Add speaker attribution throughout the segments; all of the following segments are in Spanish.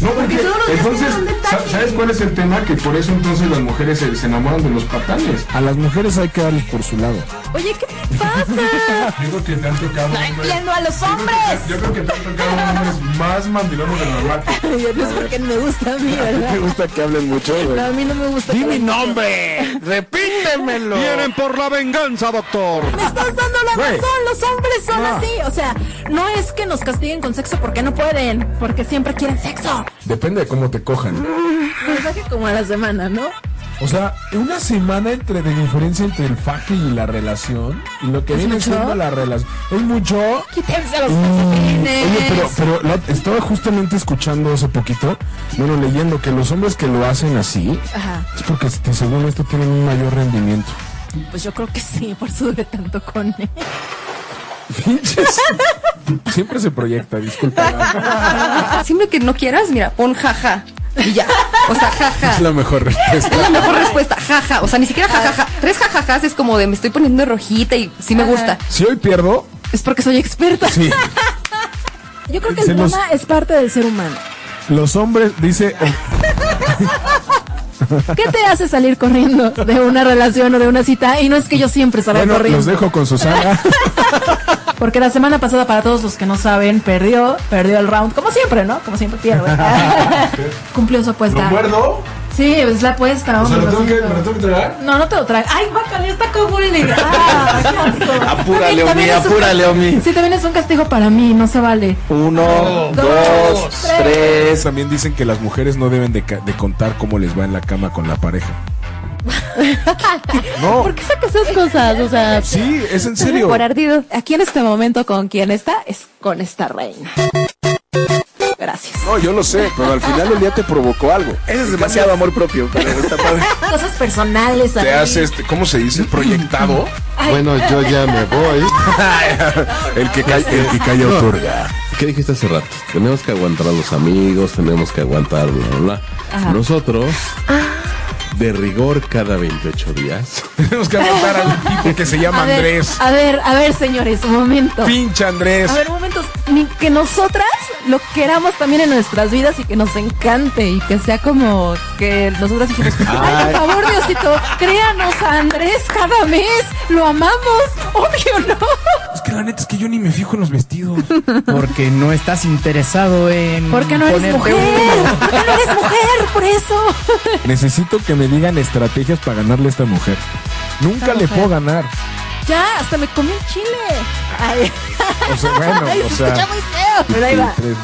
Speaker 1: No, porque,
Speaker 2: Porque todos los días
Speaker 1: entonces,
Speaker 2: tienen un
Speaker 1: sa-
Speaker 2: detalle.
Speaker 1: ¿sabes cuál es el tema? Que por eso entonces las mujeres se, se enamoran de los patanes.
Speaker 3: A las mujeres hay que darles por su lado.
Speaker 4: Oye, ¿qué te pasa?
Speaker 1: Yo creo que te han tocado
Speaker 4: No
Speaker 1: hombres-
Speaker 4: entiendo a los hombres.
Speaker 1: Yo creo que te han tocado hombres más mandilones de lo normal.
Speaker 4: Yo no sé por qué no me gusta a mí, ¿verdad?
Speaker 3: Me gusta que hablen mucho,
Speaker 4: No, a mí no me gusta.
Speaker 3: ¡Di mi
Speaker 4: Pero-
Speaker 3: nombre! ¡Repítemelo!
Speaker 5: Vienen por la venganza, doctor.
Speaker 4: Me estás dando la
Speaker 3: Güey.
Speaker 4: razón, los hombres son
Speaker 3: Ah.
Speaker 4: así. O sea, no es que nos castiguen con sexo porque no pueden, porque siempre quieren sexo.
Speaker 1: Depende de cómo te cojan.
Speaker 4: Mensaje como a la semana, ¿no?
Speaker 6: O sea, una semana entre de diferencia entre el faje y la relación y lo que
Speaker 4: ¿Es
Speaker 6: viene
Speaker 4: mucho?
Speaker 6: siendo la relación es mucho.
Speaker 4: Quítense los calcetines.
Speaker 3: Oye, pero, pero la- estaba justamente escuchando hace poquito, bueno, leyendo que los hombres que lo hacen así
Speaker 4: Ajá.
Speaker 3: es porque este, según esto tienen un mayor rendimiento.
Speaker 4: Pues yo creo que sí, por eso duré tanto con él.
Speaker 6: Pinches. Siempre se proyecta, disculpa.
Speaker 7: Siempre que no quieras, mira, pon jaja. Y ya. O sea, jaja.
Speaker 3: Es la mejor respuesta.
Speaker 7: Es la mejor respuesta, jaja. O sea, ni siquiera jajaja. Tres jajajas es como de me estoy poniendo rojita y sí me gusta.
Speaker 6: Si hoy pierdo,
Speaker 7: Es porque soy experta.
Speaker 6: sí.
Speaker 4: Yo creo que
Speaker 6: Se
Speaker 4: el
Speaker 6: los-
Speaker 4: tema es parte del ser humano.
Speaker 6: Los hombres, dice, eh,
Speaker 4: ¿Qué te hace salir corriendo de una relación o de una cita? Y no es que yo siempre salga
Speaker 6: bueno,
Speaker 4: corriendo.
Speaker 6: los dejo con Susana.
Speaker 4: Porque la semana pasada, para todos los que no saben, perdió, perdió el round. Como siempre, ¿no? Como siempre pierde. Cumplió su
Speaker 1: ¿Lo
Speaker 4: apuesta.
Speaker 1: muerdo?
Speaker 4: Sí, es la apuesta,
Speaker 1: O sea,
Speaker 4: hombre.
Speaker 1: ¿lo
Speaker 4: lo
Speaker 1: tengo que,
Speaker 4: siento.
Speaker 1: ¿me lo tengo que tragar?
Speaker 4: No, no te lo traes. Ay, guácala, está con Willy. Ah, qué asco.
Speaker 3: Apúrale,
Speaker 4: También- también
Speaker 3: Omi,
Speaker 4: es un-
Speaker 3: apúrale, Omi.
Speaker 4: Sí, también es un castigo para mí, no se vale.
Speaker 3: Uno,
Speaker 4: dos,
Speaker 3: dos, tres.
Speaker 6: También dicen que las mujeres no deben de, ca- de contar cómo les va en la cama con la pareja.
Speaker 3: No,
Speaker 2: ¿Por qué sacas esas cosas? O sea,
Speaker 6: Sí, es en serio.
Speaker 2: por ardido.
Speaker 4: Aquí en este momento, con quien está, es con esta reina. Gracias.
Speaker 6: No, yo lo sé, pero al final el día te provocó algo.
Speaker 3: ese es demasiado amor propio, pero está padre.
Speaker 4: Cosas personales.
Speaker 6: Te
Speaker 4: ahí.
Speaker 6: hace este, ¿cómo se dice? Proyectado.
Speaker 8: Bueno, yo ya me voy.
Speaker 6: El que calla, el que calla otorga.
Speaker 8: ¿Qué dijiste hace rato? Tenemos que aguantar a los amigos, tenemos que aguantar, bla, bla, bla. Nosotros, de rigor cada 28 días.
Speaker 6: Tenemos que aguantar a un tipo que se llama
Speaker 4: A ver,
Speaker 6: Andrés.
Speaker 4: A ver, a ver, señores, un momento.
Speaker 6: Pinche Andrés.
Speaker 4: A ver, momentos, ni que nosotras lo queramos también en nuestras vidas y que nos encante y que sea como que nosotras dijimos, ay, por favor, Diosito, créanos a Andrés cada mes, lo amamos, obvio no.
Speaker 6: Es que la neta es que yo ni me fijo en los vestidos.
Speaker 9: Porque no estás interesado en.
Speaker 4: ¿Por qué no eres
Speaker 9: ponerte
Speaker 4: mujer?
Speaker 9: uno.
Speaker 4: ¿Por qué no eres mujer? Por eso.
Speaker 6: Necesito que me digan estrategias para ganarle a esta mujer. Nunca le puedo ganar.
Speaker 4: Ya, hasta me comí un chile. Ay,
Speaker 6: O sea, bueno,
Speaker 4: ay,
Speaker 6: o
Speaker 4: se escucha
Speaker 6: sea. este,
Speaker 4: muy feo, pero ahí va.
Speaker 6: tres.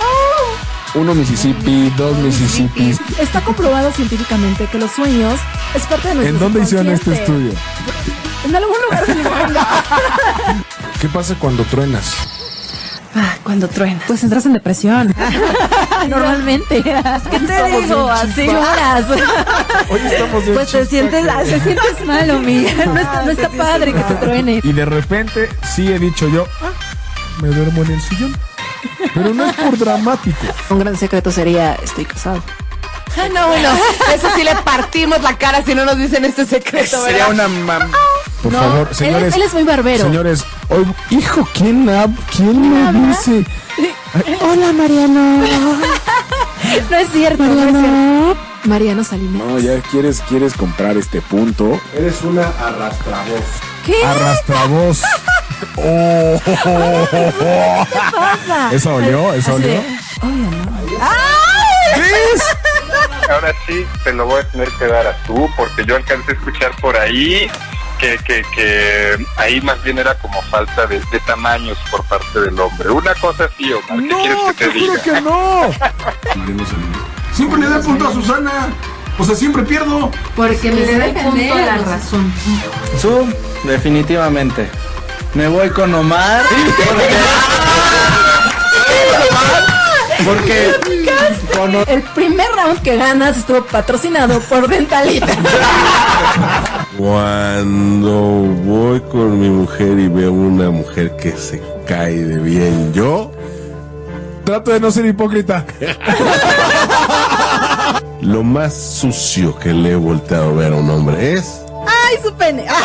Speaker 6: Ah. Uno Mississippi, dos Mississippi.
Speaker 4: Está comprobado científicamente que los sueños es parte de nuestro
Speaker 6: ¿En dónde hicieron este
Speaker 4: subconsciente.
Speaker 6: estudio?
Speaker 4: En algún lugar del mundo.
Speaker 6: ¿Qué pasa cuando truenas?
Speaker 7: Cuando truena.
Speaker 4: Pues entras en depresión. Normalmente. ¿Qué te digo? Así lloras.
Speaker 6: Hoy estamos bien
Speaker 2: Pues te
Speaker 6: chispa,
Speaker 2: sientes,
Speaker 4: ah,
Speaker 6: cabrón.
Speaker 2: te sientes mal, Omi.
Speaker 4: No está, no está padre que te truene.
Speaker 6: Y de repente sí he dicho yo, ah, me duermo en el sillón. Pero no es por dramático.
Speaker 2: Un gran secreto sería, estoy casado.
Speaker 7: Ah, No, bueno, eso sí le partimos la cara si no nos dicen este secreto, ¿verdad?
Speaker 6: Sería una mam. Por
Speaker 4: No, él
Speaker 6: favor,
Speaker 4: es-
Speaker 6: señores.
Speaker 4: él es muy barbero.
Speaker 6: Señores, hoy- hijo, ¿quién, hab- quién me dice? Ay, hola, Mariano.
Speaker 4: No es cierto, no es cierto. Mariano Salinas.
Speaker 3: No, ya quieres, quieres comprar este punto.
Speaker 1: Eres una arrastravoz.
Speaker 4: ¿Qué
Speaker 6: Ah, Arrastravoz. Oh,
Speaker 4: pasa?
Speaker 6: ¿Esa olió? ¿Esa
Speaker 4: Así de,
Speaker 6: olió?
Speaker 4: Obvio, ¿no?
Speaker 10: Ahora sí, te lo voy a tener que dar a tú, porque yo alcancé a escuchar por ahí que, que, que ahí más bien era como falta de, de tamaños por parte del hombre. Una cosa así, Omar, ¿qué quieres que te diga?
Speaker 6: que no.
Speaker 1: Siempre le da punto a Susana. O sea, siempre pierdo.
Speaker 2: Porque me
Speaker 7: Pues
Speaker 2: le punto a la razón.
Speaker 9: Zoom, definitivamente. Me voy con Omar. Porque. Con
Speaker 4: El primer round que ganas estuvo patrocinado por Dentalita.
Speaker 8: Cuando voy con mi mujer y veo una mujer que se cae de bien, yo
Speaker 6: Trato de no ser hipócrita.
Speaker 8: lo más sucio que le he volteado a ver a un hombre es
Speaker 4: ¡Ay, su pene! Ah,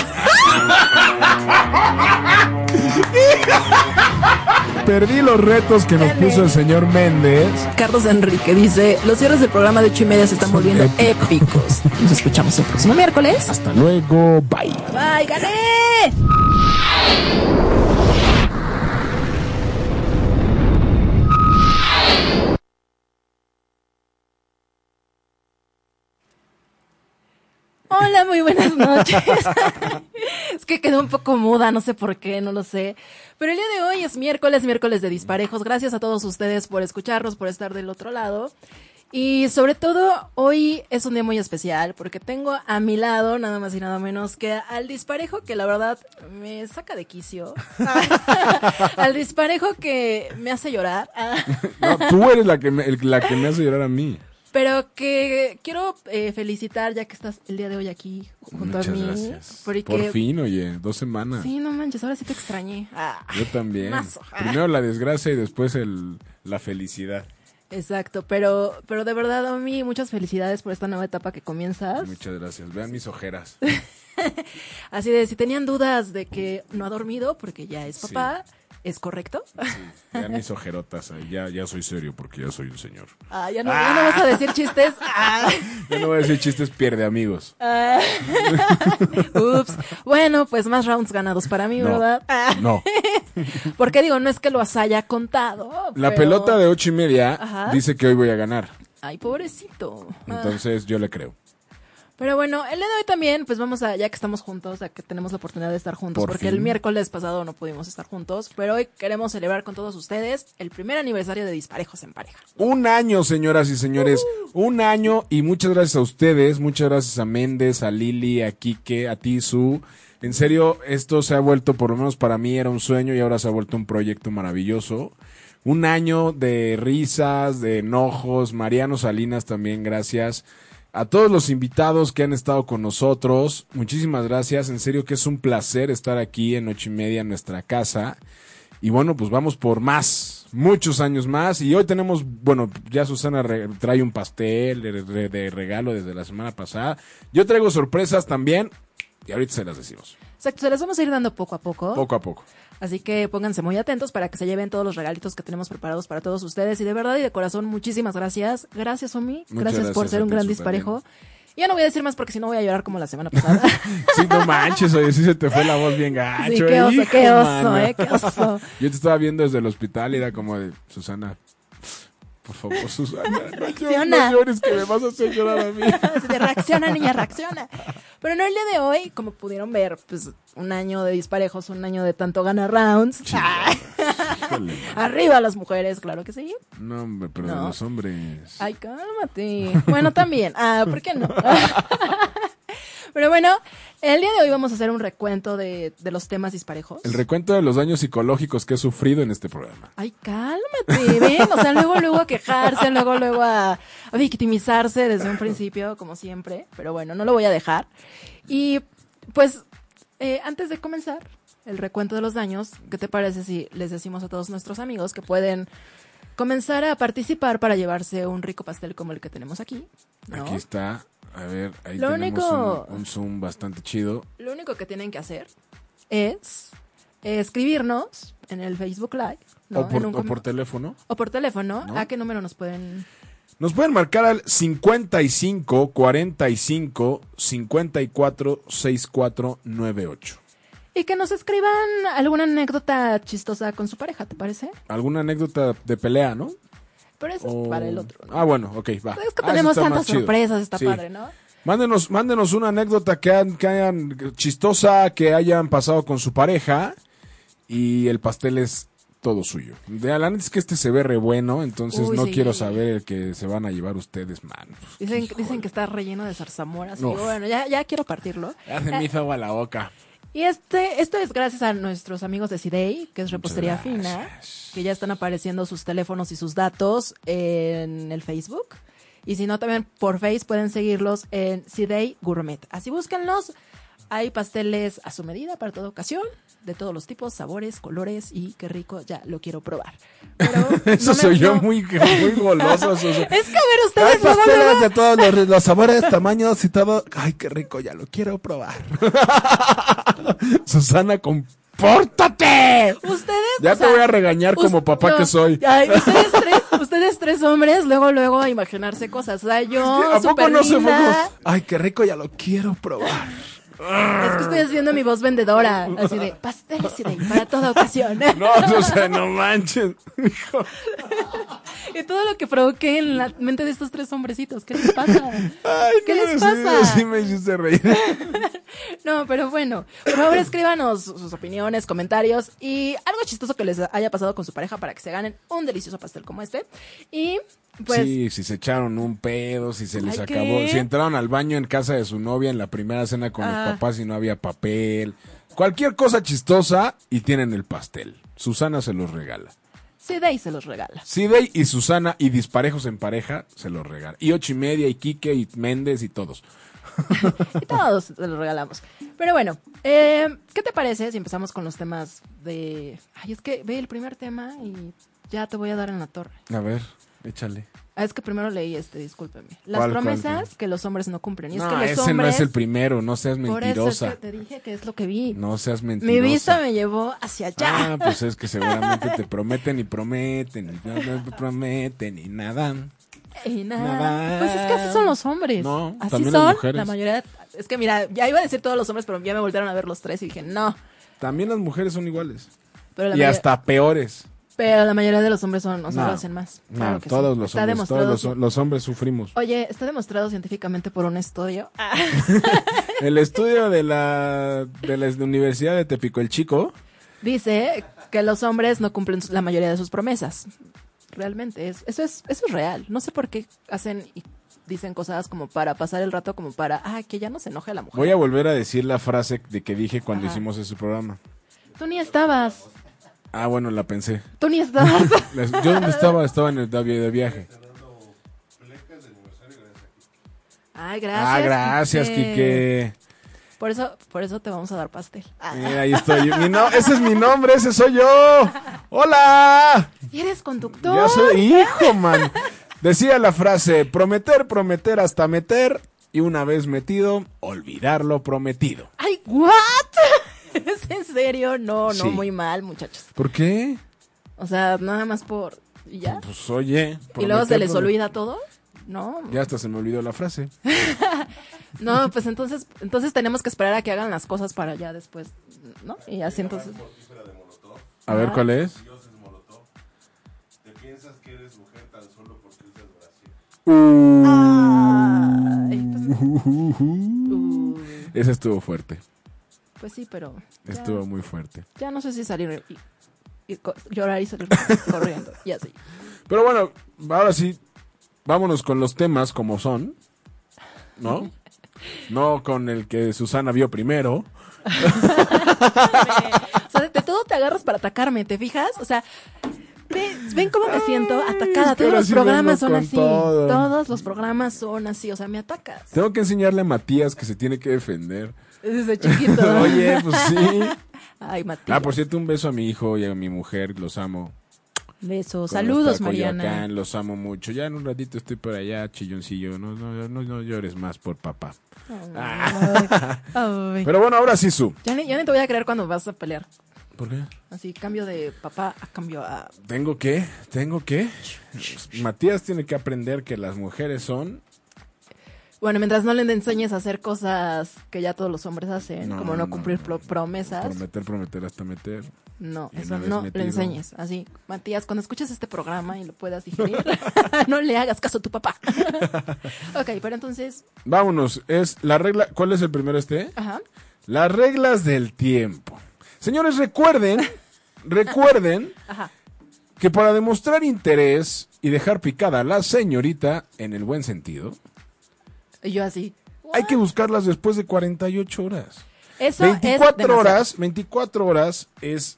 Speaker 6: Perdí los retos que nos puso el señor Méndez.
Speaker 4: Carlos Enrique dice: Los cierres del programa de ocho y media se están volviendo épicos. Nos escuchamos el próximo miércoles.
Speaker 11: Hasta luego, bye.
Speaker 4: ¡Ay, gané! Hola, muy buenas noches. es que quedé un poco muda, no sé por qué, no lo sé. Pero el día de hoy es miércoles, miércoles de disparejos. Gracias a todos ustedes por escucharnos, por estar del otro lado. Y sobre todo, hoy es un día muy especial porque tengo a mi lado, nada más y nada menos que al disparejo que la verdad me saca de quicio. al disparejo que me hace llorar.
Speaker 6: No, tú eres la que, me, el- la que me hace llorar a mí.
Speaker 4: Pero que quiero eh, felicitar ya que estás el día de hoy aquí junto a
Speaker 6: Muchas
Speaker 4: mí.
Speaker 6: gracias.
Speaker 4: Porque,
Speaker 6: Por fin, oye, dos semanas.
Speaker 4: Sí, no manches, ahora sí te extrañé. Ah,
Speaker 6: Yo también.
Speaker 4: Mazo.
Speaker 6: Primero la desgracia y después el, la felicidad.
Speaker 4: exacto, pero, pero de verdad, Omi, muchas felicidades por esta nueva etapa que comienzas.
Speaker 6: Muchas gracias. Vean mis ojeras.
Speaker 4: Así de, si tenían dudas de que no ha dormido porque ya es papá, ¿es correcto?
Speaker 6: Vean mis ojerotas. ahí. Ya, ya soy serio porque ya soy el señor.
Speaker 4: Ah, ya, no, ya no vas a decir chistes. Ah.
Speaker 6: Yo no voy a decir chistes, pierde amigos.
Speaker 4: Ah. Ups. Bueno, pues más rounds ganados para mí,
Speaker 6: No.
Speaker 4: ¿verdad? Ah.
Speaker 6: No.
Speaker 4: Porque digo, no es que los haya contado.
Speaker 6: La
Speaker 4: Ah. pero-
Speaker 6: pelota de ocho y media
Speaker 4: Ajá.
Speaker 6: dice que hoy voy a ganar.
Speaker 4: Ay, pobrecito. Ah.
Speaker 6: Entonces yo le creo.
Speaker 4: Pero bueno, el día de hoy también, pues vamos a, ya que estamos juntos, ya que tenemos la oportunidad de estar juntos,
Speaker 6: Por
Speaker 4: porque
Speaker 6: fin.
Speaker 4: el miércoles pasado no pudimos estar juntos, pero hoy queremos celebrar con todos ustedes el primer aniversario de Disparejos en Pareja.
Speaker 6: Un año, señoras y señores. Un año y muchas gracias a ustedes. Muchas gracias a Méndez, a Lili, a Quique, a ti, Su. En serio, esto se ha vuelto, por lo menos para mí, era un sueño y ahora se ha vuelto un proyecto maravilloso. Un año de risas, de enojos. Mariano Salinas también, gracias. A todos los invitados que han estado con nosotros, muchísimas gracias. En serio que es un placer estar aquí en ocho y media en nuestra casa. Y bueno, pues vamos por más, muchos años más. Y hoy tenemos, bueno, ya Susana re- trae un pastel de, de- de regalo desde la semana pasada. Yo traigo sorpresas también y ahorita se las decimos,
Speaker 4: Exacto, se las vamos a ir dando poco a poco.
Speaker 6: poco a poco.
Speaker 4: Así que pónganse muy atentos para que se lleven todos los regalitos que tenemos preparados para todos ustedes. Y de verdad y de corazón, muchísimas gracias. Gracias, Omi. Gracias,
Speaker 6: Muchas
Speaker 4: por
Speaker 6: gracias
Speaker 4: ser
Speaker 6: a
Speaker 4: un
Speaker 6: ti,
Speaker 4: gran
Speaker 6: Su,
Speaker 4: disparejo. Ya no voy a decir más porque si no voy a llorar como la semana pasada.
Speaker 6: Sí, no manches, oye, sí se te fue la voz bien gacho.
Speaker 4: Sí, qué
Speaker 6: eh,
Speaker 4: oso,
Speaker 6: hijo,
Speaker 4: qué oso,
Speaker 6: mano.
Speaker 4: eh, qué oso.
Speaker 6: Yo te estaba viendo desde el hospital y era como de, Susana, por favor, Susana, no llores,
Speaker 4: Reacciona.
Speaker 6: no llores que me vas a hacer llorar a mí.
Speaker 4: Así de, reacciona, niña, reacciona. Pero no el día de hoy, como pudieron ver, pues un año de disparejos, un año de tanto gana rounds. Ah,
Speaker 6: Híjole, man.
Speaker 4: arriba las mujeres, claro que sí.
Speaker 6: No, hombre, pero de
Speaker 4: No.
Speaker 6: los hombres.
Speaker 4: Ay, cálmate. Bueno, también. Ah, ¿por qué no? Pero bueno, el día de hoy vamos a hacer un recuento de, de los temas disparejos.
Speaker 6: El recuento de los daños psicológicos que he sufrido en este programa.
Speaker 4: Ay, cálmate, ven, o sea, luego, luego a quejarse, luego, luego a, a victimizarse desde un principio, como siempre, pero bueno, no lo voy a dejar. Y pues, eh, antes de comenzar el recuento de los daños, ¿qué te parece si les decimos a todos nuestros amigos que pueden comenzar a participar para llevarse un rico pastel como el que tenemos aquí? ¿no?
Speaker 6: Aquí está. A ver, ahí
Speaker 4: Lo
Speaker 6: tenemos
Speaker 4: único-
Speaker 6: un, un zoom bastante chido.
Speaker 4: Lo único que tienen que hacer es eh, escribirnos en el Facebook Live. ¿no?
Speaker 6: o, por,
Speaker 4: En un
Speaker 6: o por
Speaker 4: com-
Speaker 6: teléfono.
Speaker 4: o por teléfono,
Speaker 6: ¿No?
Speaker 4: ¿a qué número nos pueden
Speaker 6: Nos pueden marcar al 55 45 54 64 98.
Speaker 4: Y que nos escriban alguna anécdota chistosa con su pareja, ¿te parece?
Speaker 6: ¿Alguna anécdota de pelea, no?
Speaker 4: Pero eso
Speaker 6: O-
Speaker 4: es para el otro. ¿no?
Speaker 6: Ah, bueno, ok, va.
Speaker 4: Es que
Speaker 6: Ah, eso
Speaker 4: tenemos
Speaker 6: está más
Speaker 4: tantas
Speaker 6: chido.
Speaker 4: sorpresas, está
Speaker 6: Sí.
Speaker 4: padre, ¿no?
Speaker 6: Mándenos, mándenos una anécdota que, han- que hayan chistosa, que hayan pasado con su pareja y el pastel es todo suyo. De la neta es que este se ve re bueno, entonces
Speaker 4: Uy,
Speaker 6: no
Speaker 4: sí.
Speaker 6: quiero saber el que se van a llevar ustedes, man.
Speaker 4: Dicen, dicen que está relleno de zarzamoras. Y
Speaker 6: Uf.
Speaker 4: bueno, ya, ya quiero partirlo.
Speaker 6: Ya se me hizo agua la boca.
Speaker 4: Y este, esto es gracias a nuestros amigos de Sidey, que es Repostería Fina, que ya están apareciendo sus teléfonos y sus datos en el Facebook. Y si no, también por Face pueden seguirlos en Sidey Gourmet. Así búsquenlos. Hay pasteles a su medida para toda ocasión, de todos los tipos, sabores, colores y qué rico, ya lo quiero probar. no
Speaker 6: Eso
Speaker 4: me-
Speaker 6: soy yo
Speaker 4: no.
Speaker 6: muy, muy goloso. o sea,
Speaker 4: Es que a ver,
Speaker 12: Hay
Speaker 4: ustedes luego,
Speaker 12: pasteles
Speaker 4: luego-
Speaker 12: de todos los, los sabores, tamaños y todo. Ay, qué rico, ya lo quiero probar.
Speaker 6: Susana, compórtate.
Speaker 4: Ustedes. o
Speaker 6: Ya te
Speaker 4: sea,
Speaker 6: voy a regañar como papá
Speaker 4: no,
Speaker 6: que soy.
Speaker 4: ay, ustedes tres, ustedes tres hombres, luego, luego a imaginarse cosas. O sea, yo,
Speaker 12: ¿A poco
Speaker 4: súper
Speaker 12: no se fue como,
Speaker 4: linda,
Speaker 12: Ay, qué rico, ya lo quiero probar.
Speaker 4: Es que ustedes viendo mi voz vendedora, así de pasteles y de para toda ocasión.
Speaker 6: No, o sea, no manches.
Speaker 4: Y todo lo que provoqué en la mente de estos tres hombrecitos, ¿qué les pasa? ¿Qué
Speaker 6: No,
Speaker 4: les
Speaker 6: sí,
Speaker 4: pasa?
Speaker 6: Sí, me hiciste reír.
Speaker 4: No, pero bueno, por favor escríbanos sus opiniones, comentarios y algo chistoso que les haya pasado con su pareja para que se ganen un delicioso pastel como este. Y pues
Speaker 6: sí, si se echaron un pedo, si se les
Speaker 4: Ay, ¿qué?
Speaker 6: acabó, si entraron al baño en casa de su novia en la primera cena con
Speaker 4: Ah.
Speaker 6: los papás y no había papel. Cualquier cosa chistosa y tienen el pastel. Susana se los regala.
Speaker 4: Sidey se los regala.
Speaker 6: Sidey y Susana y disparejos en pareja se los regala. Y ocho y media y Quique y Méndez y todos.
Speaker 4: Y todos se los regalamos. Pero bueno, eh, ¿qué te parece si empezamos con los temas de... Ay, es que ve el primer tema y ya te voy a dar en la torre.
Speaker 6: A ver, échale.
Speaker 4: Ah, es que primero leí este, discúlpeme. Las
Speaker 6: ¿Cuál, cuál,
Speaker 4: promesas
Speaker 6: cuál?
Speaker 4: que los hombres no cumplen. Y es
Speaker 6: no,
Speaker 4: que los
Speaker 6: ese
Speaker 4: hombres...
Speaker 6: no es el primero, no seas
Speaker 4: Por eso es
Speaker 6: mentirosa.
Speaker 4: que te dije que es lo que vi.
Speaker 6: No seas
Speaker 4: Mi
Speaker 6: mentirosa.
Speaker 4: vista me llevó hacia allá.
Speaker 6: Ah, pues es que seguramente te prometen y prometen y no te prometen y nada.
Speaker 4: Y nada.
Speaker 6: Nada.
Speaker 4: Pues es que así son los hombres.
Speaker 6: No,
Speaker 4: así
Speaker 6: también las
Speaker 4: son.
Speaker 6: mujeres.
Speaker 4: La mayoría. Es que mira, ya iba a decir todos los hombres, pero ya me voltearon a ver los tres y dije, no.
Speaker 6: También las mujeres son iguales.
Speaker 4: Pero la,
Speaker 6: Y
Speaker 4: mayoría,
Speaker 6: hasta peores.
Speaker 4: pero la mayoría de los hombres son, o sea,
Speaker 6: No,
Speaker 4: lo hacen más.
Speaker 6: no,
Speaker 4: Claro que sí.
Speaker 6: todos los
Speaker 4: Está
Speaker 6: hombres,
Speaker 4: demostrado
Speaker 6: todos los,
Speaker 4: ci-
Speaker 6: los hombres sufrimos.
Speaker 4: Oye, está demostrado científicamente por un estudio. Ah,
Speaker 6: El estudio de la, de la Universidad de Tepico el Chico.
Speaker 4: dice que los hombres no cumplen la mayoría de sus promesas. Realmente, es, eso, es, eso es real. No sé por qué hacen y dicen cosas como para pasar el rato, como para, ah, que ya no se enoje la mujer.
Speaker 6: Voy a volver a decir la frase de que dije cuando
Speaker 4: Ajá.
Speaker 6: hicimos ese programa.
Speaker 4: Tú ni estabas.
Speaker 6: Ah, bueno, la pensé.
Speaker 4: Tú ni estabas.
Speaker 6: Las- Yo donde estaba, estaba en el de de viaje.
Speaker 4: Ay, gracias.
Speaker 6: Ah, gracias, Quique.
Speaker 4: Por eso, por eso te vamos a dar pastel. Ah,
Speaker 6: Mira, ahí estoy. Mi no- ese es mi nombre, ese soy yo. ¡Hola!
Speaker 4: y eres conductor.
Speaker 6: Ya soy hijo, man. Decía la frase, prometer, prometer hasta meter, y una vez metido, olvidar lo prometido.
Speaker 4: Ay, what? ¿Es en serio? No, no,
Speaker 6: Sí.
Speaker 4: muy mal, muchachos.
Speaker 6: ¿Por qué?
Speaker 4: O sea, nada más por y ya.
Speaker 6: Pues oye.
Speaker 4: y luego se
Speaker 6: prometer,
Speaker 4: les
Speaker 6: promet-
Speaker 4: olvida todo. No,
Speaker 6: Ya hasta se me olvidó la frase.
Speaker 4: no, pues entonces, entonces tenemos que esperar a que hagan las cosas para ya después, ¿no? Y así entonces.
Speaker 6: A ver
Speaker 4: Ah.
Speaker 6: cuál es.
Speaker 13: Te piensas que eres mujer tan solo porque usas brasier.
Speaker 6: Uh.
Speaker 4: Ah.
Speaker 6: Ese estuvo fuerte.
Speaker 4: uh, Pues sí, pero. ya-
Speaker 6: Estuvo muy fuerte.
Speaker 4: Ya no sé si salir y, y co- llorar y salir corriendo. Y así.
Speaker 6: Pero bueno, ahora sí, vámonos con los temas como son, ¿no? No con el que Susana vio primero.
Speaker 4: O sea, de, de todo te agarras para atacarme, ¿te fijas? O sea, ve- ven cómo me siento atacada.
Speaker 6: es
Speaker 4: Todos
Speaker 6: que ahora
Speaker 4: los
Speaker 6: sí
Speaker 4: programas
Speaker 6: vengo
Speaker 4: son
Speaker 6: con
Speaker 4: así.
Speaker 6: todo.
Speaker 4: Todos los programas son así. O sea, me atacas
Speaker 6: Tengo que enseñarle a Matías que se tiene que defender.
Speaker 4: desde chiquito.
Speaker 6: Oye, pues sí.
Speaker 4: Ay, Matías.
Speaker 6: Ah, por cierto, un beso a mi hijo y a mi mujer, los amo.
Speaker 4: Besos.
Speaker 6: Con
Speaker 4: Saludos,
Speaker 6: hasta
Speaker 4: Mariana.
Speaker 6: Coyoacán, Los amo mucho. Ya en un ratito estoy por allá, chilloncillo. No, no, no, no llores más por papá.
Speaker 4: Ay.
Speaker 6: Pero bueno, ahora sí, Su.
Speaker 4: Ya ni, ya ni te voy a creer cuando vas a pelear.
Speaker 6: ¿Por qué?
Speaker 4: Así, cambio de papá a cambio a.
Speaker 6: Tengo que, tengo que. Matías tiene que aprender que las mujeres son.
Speaker 4: Bueno, mientras no le enseñes a hacer cosas que ya todos los hombres hacen,
Speaker 6: No,
Speaker 4: como no,
Speaker 6: no,
Speaker 4: cumplir pro- promesas,
Speaker 6: Prometer, prometer hasta meter.
Speaker 4: No,
Speaker 6: Y una
Speaker 4: eso
Speaker 6: vez
Speaker 4: no
Speaker 6: metido.
Speaker 4: le enseñes. Así, Matías, cuando escuches este programa y lo puedas digerir, no le hagas caso a tu papá. ok, pero entonces,
Speaker 6: Vámonos, es la regla. ¿Cuál es el primero este?
Speaker 4: ajá.
Speaker 6: Las reglas del tiempo. Señores, recuerden, recuerden
Speaker 4: Ajá.
Speaker 6: que para demostrar interés y dejar picada a la señorita en el buen sentido,
Speaker 4: Y yo así.
Speaker 6: hay que buscarlas después de 48 horas.
Speaker 4: Eso es
Speaker 6: 24
Speaker 4: demasiado.
Speaker 6: horas, 24 horas es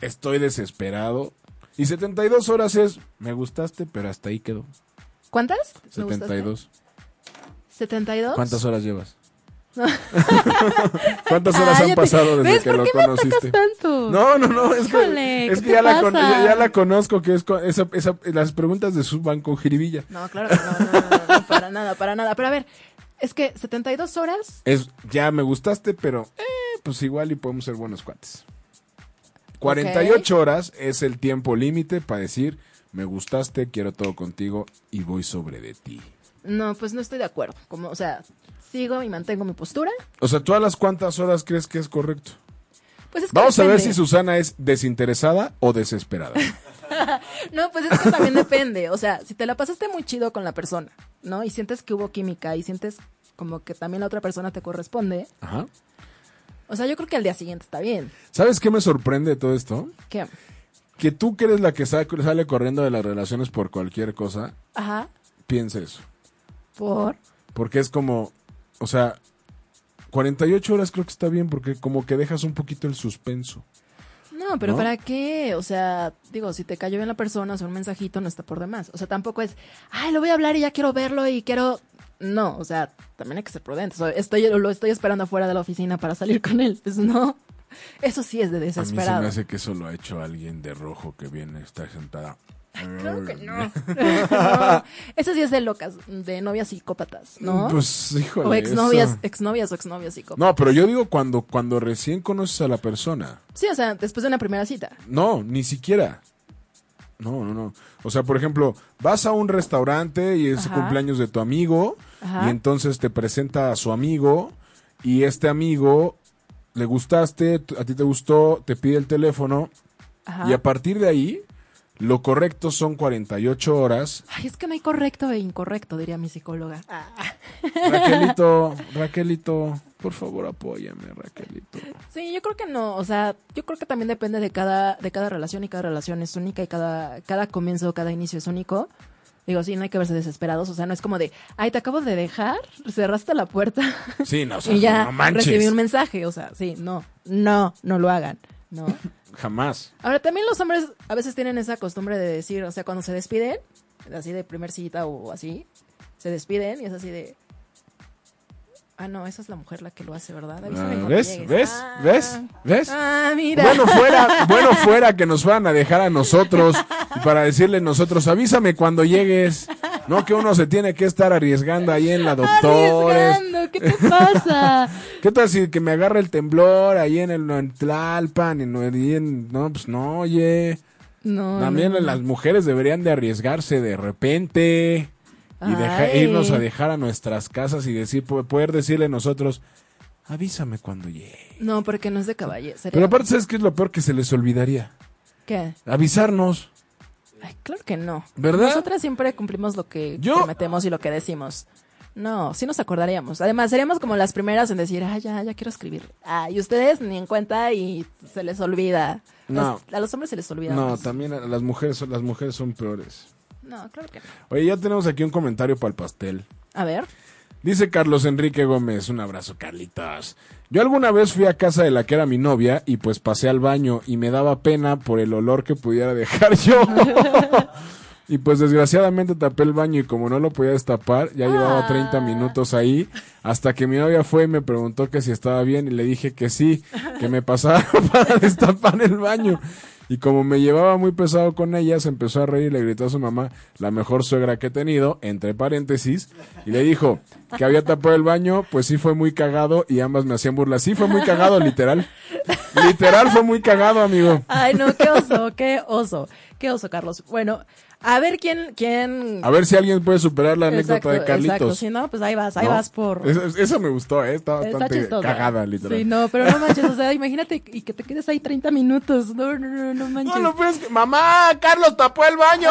Speaker 6: estoy desesperado y 72 horas es me gustaste, pero hasta ahí quedó.
Speaker 4: ¿Cuántas? Me gustaste.
Speaker 6: 72.
Speaker 4: ¿72?
Speaker 6: ¿Cuántas horas llevas? ¿Cuántas horas
Speaker 4: Ah,
Speaker 6: han
Speaker 4: yo te-
Speaker 6: pasado desde
Speaker 4: ¿Ves?
Speaker 6: que
Speaker 4: ¿Por
Speaker 6: lo
Speaker 4: qué me
Speaker 6: conociste?
Speaker 4: tanto?
Speaker 6: No, no, no, es que,
Speaker 4: Híjole,
Speaker 6: es
Speaker 4: ¿qué
Speaker 6: que ya,
Speaker 4: te
Speaker 6: la con-
Speaker 4: pasa?
Speaker 6: ya la conozco, que es con- esa, esa- las preguntas de su van con jiribilla.
Speaker 4: No, claro que no, no, no, no, no, para nada, para nada. Pero a ver, es que 72 horas.
Speaker 6: Es, ya me gustaste, pero eh, pues igual y podemos ser buenos cuates. 48 horas es el tiempo límite para decir, me gustaste, quiero todo contigo y voy sobre de ti.
Speaker 4: No, pues no estoy de acuerdo. Como, o sea, sigo y mantengo mi postura.
Speaker 6: O sea, ¿tú a las cuántas horas crees que es correcto?
Speaker 4: Pues es que
Speaker 6: Vamos a ver si
Speaker 4: depende.
Speaker 6: Susana es desinteresada o desesperada.
Speaker 4: No, pues es que también depende. O sea, si te la pasaste muy chido con la persona, ¿no? Y sientes que hubo química y sientes como que también la otra persona te corresponde.
Speaker 6: Ajá.
Speaker 4: O sea, yo creo que al día siguiente está bien.
Speaker 6: ¿Sabes qué me sorprende de todo esto?
Speaker 4: ¿Qué?
Speaker 6: Que tú que eres la que sa- sale corriendo de las relaciones por cualquier cosa,
Speaker 4: Ajá.
Speaker 6: piensa eso.
Speaker 4: Por.
Speaker 6: Porque es como, o sea, 48 horas creo que está bien porque como que dejas un poquito el suspenso.
Speaker 4: No, pero
Speaker 6: ¿No?
Speaker 4: ¿para qué? O sea, digo, si te cayó bien la persona, o sea, un mensajito no está por demás. O sea, tampoco es, ay, lo voy a hablar y ya quiero verlo y quiero. No, o sea, también hay que ser prudentes. O Estoy, lo estoy esperando afuera de la oficina para salir con él. Pues no. Eso sí es de
Speaker 6: A mí se me
Speaker 4: desesperado.
Speaker 6: hace que eso lo ha hecho alguien de rojo que viene, está sentada.
Speaker 4: Claro que no. No, Eso sí es de locas, de novias psicópatas, ¿no?
Speaker 6: Pues, híjole,
Speaker 4: O exnovias,
Speaker 6: eso.
Speaker 4: exnovias o exnovias psicópatas.
Speaker 6: No, pero yo digo cuando, cuando recién conoces a la persona.
Speaker 4: Sí, o sea, después de una primera cita.
Speaker 6: No, ni siquiera. No, no, no. O sea, por ejemplo, vas a un restaurante y es
Speaker 4: Ajá.
Speaker 6: cumpleaños de tu amigo
Speaker 4: Ajá.
Speaker 6: y entonces te presenta a su amigo y este amigo le gustaste, t- a ti te gustó, te pide el teléfono
Speaker 4: Ajá.
Speaker 6: y a partir de ahí lo correcto son 48 horas.
Speaker 4: Ay, es que no hay correcto e incorrecto, diría mi psicóloga. Ah.
Speaker 6: Raquelito, Raquelito, por favor apóyame, Raquelito.
Speaker 4: Sí, yo creo que no, o sea, yo creo que también depende de cada, de cada relación y cada relación es única y cada, cada comienzo, cada inicio es único. Digo, sí, no hay que verse desesperados, o sea, no es como de, ay, te acabo de dejar, cerraste la puerta
Speaker 6: Sí, no, o sea,
Speaker 4: y ya
Speaker 6: no manches.
Speaker 4: recibí un mensaje, o sea, sí, no, no, no lo hagan, no.
Speaker 6: Jamás.
Speaker 4: Ahora, también los hombres a veces tienen esa costumbre de decir, o sea, cuando se despiden, así de primer cita o así, se despiden y es así de... Ah, no, esa es la mujer la que lo hace, ¿verdad? Avísame
Speaker 6: Ah,
Speaker 4: cuando
Speaker 6: ¿Ves?
Speaker 4: llegues.
Speaker 6: ¿Ves?
Speaker 4: Ah.
Speaker 6: ¿Ves? ¿Ves?
Speaker 4: Ah, mira.
Speaker 6: Bueno fuera, bueno fuera que nos fueran a dejar a nosotros y para decirle nosotros, avísame cuando llegues. No que uno se tiene que estar arriesgando ahí en la doctores.
Speaker 4: Arriesgando, ¿qué te pasa?
Speaker 6: ¿Qué tal si que me agarra el temblor ahí en el en Tlalpan? En, y en- no, pues no, oye.
Speaker 4: No.
Speaker 6: También
Speaker 4: no, no.
Speaker 6: las mujeres deberían de arriesgarse de repente y deja-
Speaker 4: Ay.
Speaker 6: irnos a dejar a nuestras casas y decir po- poder decirle nosotros, avísame cuando llegue.
Speaker 4: No, porque no es de caballero.
Speaker 6: Pero aparte, ¿sabes qué es lo peor que se les olvidaría?
Speaker 4: ¿Qué?
Speaker 6: Avisarnos.
Speaker 4: Ay, claro que no.
Speaker 6: ¿Verdad?
Speaker 4: Nosotras siempre cumplimos lo que prometemos y lo que decimos. No, sí nos acordaríamos. Además, seríamos como las primeras en decir, ah, ya, ya quiero escribir. Ah, y ustedes ni en cuenta y se les olvida.
Speaker 6: No.
Speaker 4: Los- a los hombres se les olvida.
Speaker 6: No,
Speaker 4: más.
Speaker 6: también a- las mujeres, son- las mujeres son peores.
Speaker 4: no, claro que no.
Speaker 6: Oye, ya tenemos aquí un comentario para el pastel.
Speaker 4: A ver.
Speaker 6: Dice Carlos Enrique Gómez, un abrazo Carlitos. Yo alguna vez fui a casa de la que era mi novia y pues pasé al baño y me daba pena por el olor que pudiera dejar yo. y pues desgraciadamente tapé el baño y como no lo podía destapar, ya
Speaker 4: Ah.
Speaker 6: llevaba 30 minutos ahí hasta que mi novia fue y me preguntó que si estaba bien y le dije que sí, que me pasara para destapar el baño. Y como me llevaba muy pesado con ella, se empezó a reír y le gritó a su mamá, la mejor suegra que he tenido, entre paréntesis, y le dijo que había tapado el baño, pues sí fue muy cagado y ambas me hacían burla. Sí fue muy cagado, literal. Literal fue muy cagado, amigo.
Speaker 4: Ay, no, qué oso, qué oso, qué oso, Carlos. Bueno, a ver quién, quién.
Speaker 6: A ver si alguien puede superar la Ah, anécdota
Speaker 4: Exacto,
Speaker 6: de Carlitos.
Speaker 4: Exacto, si no, pues ahí vas, ahí
Speaker 6: ¿No?
Speaker 4: vas por.
Speaker 6: Esa, esa me gustó, ¿eh? Está
Speaker 4: Está
Speaker 6: bastante
Speaker 4: chistosa.
Speaker 6: cagada, literal.
Speaker 4: Sí, no, pero no manches, o sea, imagínate y que te quedes ahí 30 minutos. No, no, no, no manches.
Speaker 6: No, lo peor es que, mamá, Carlos tapó el baño.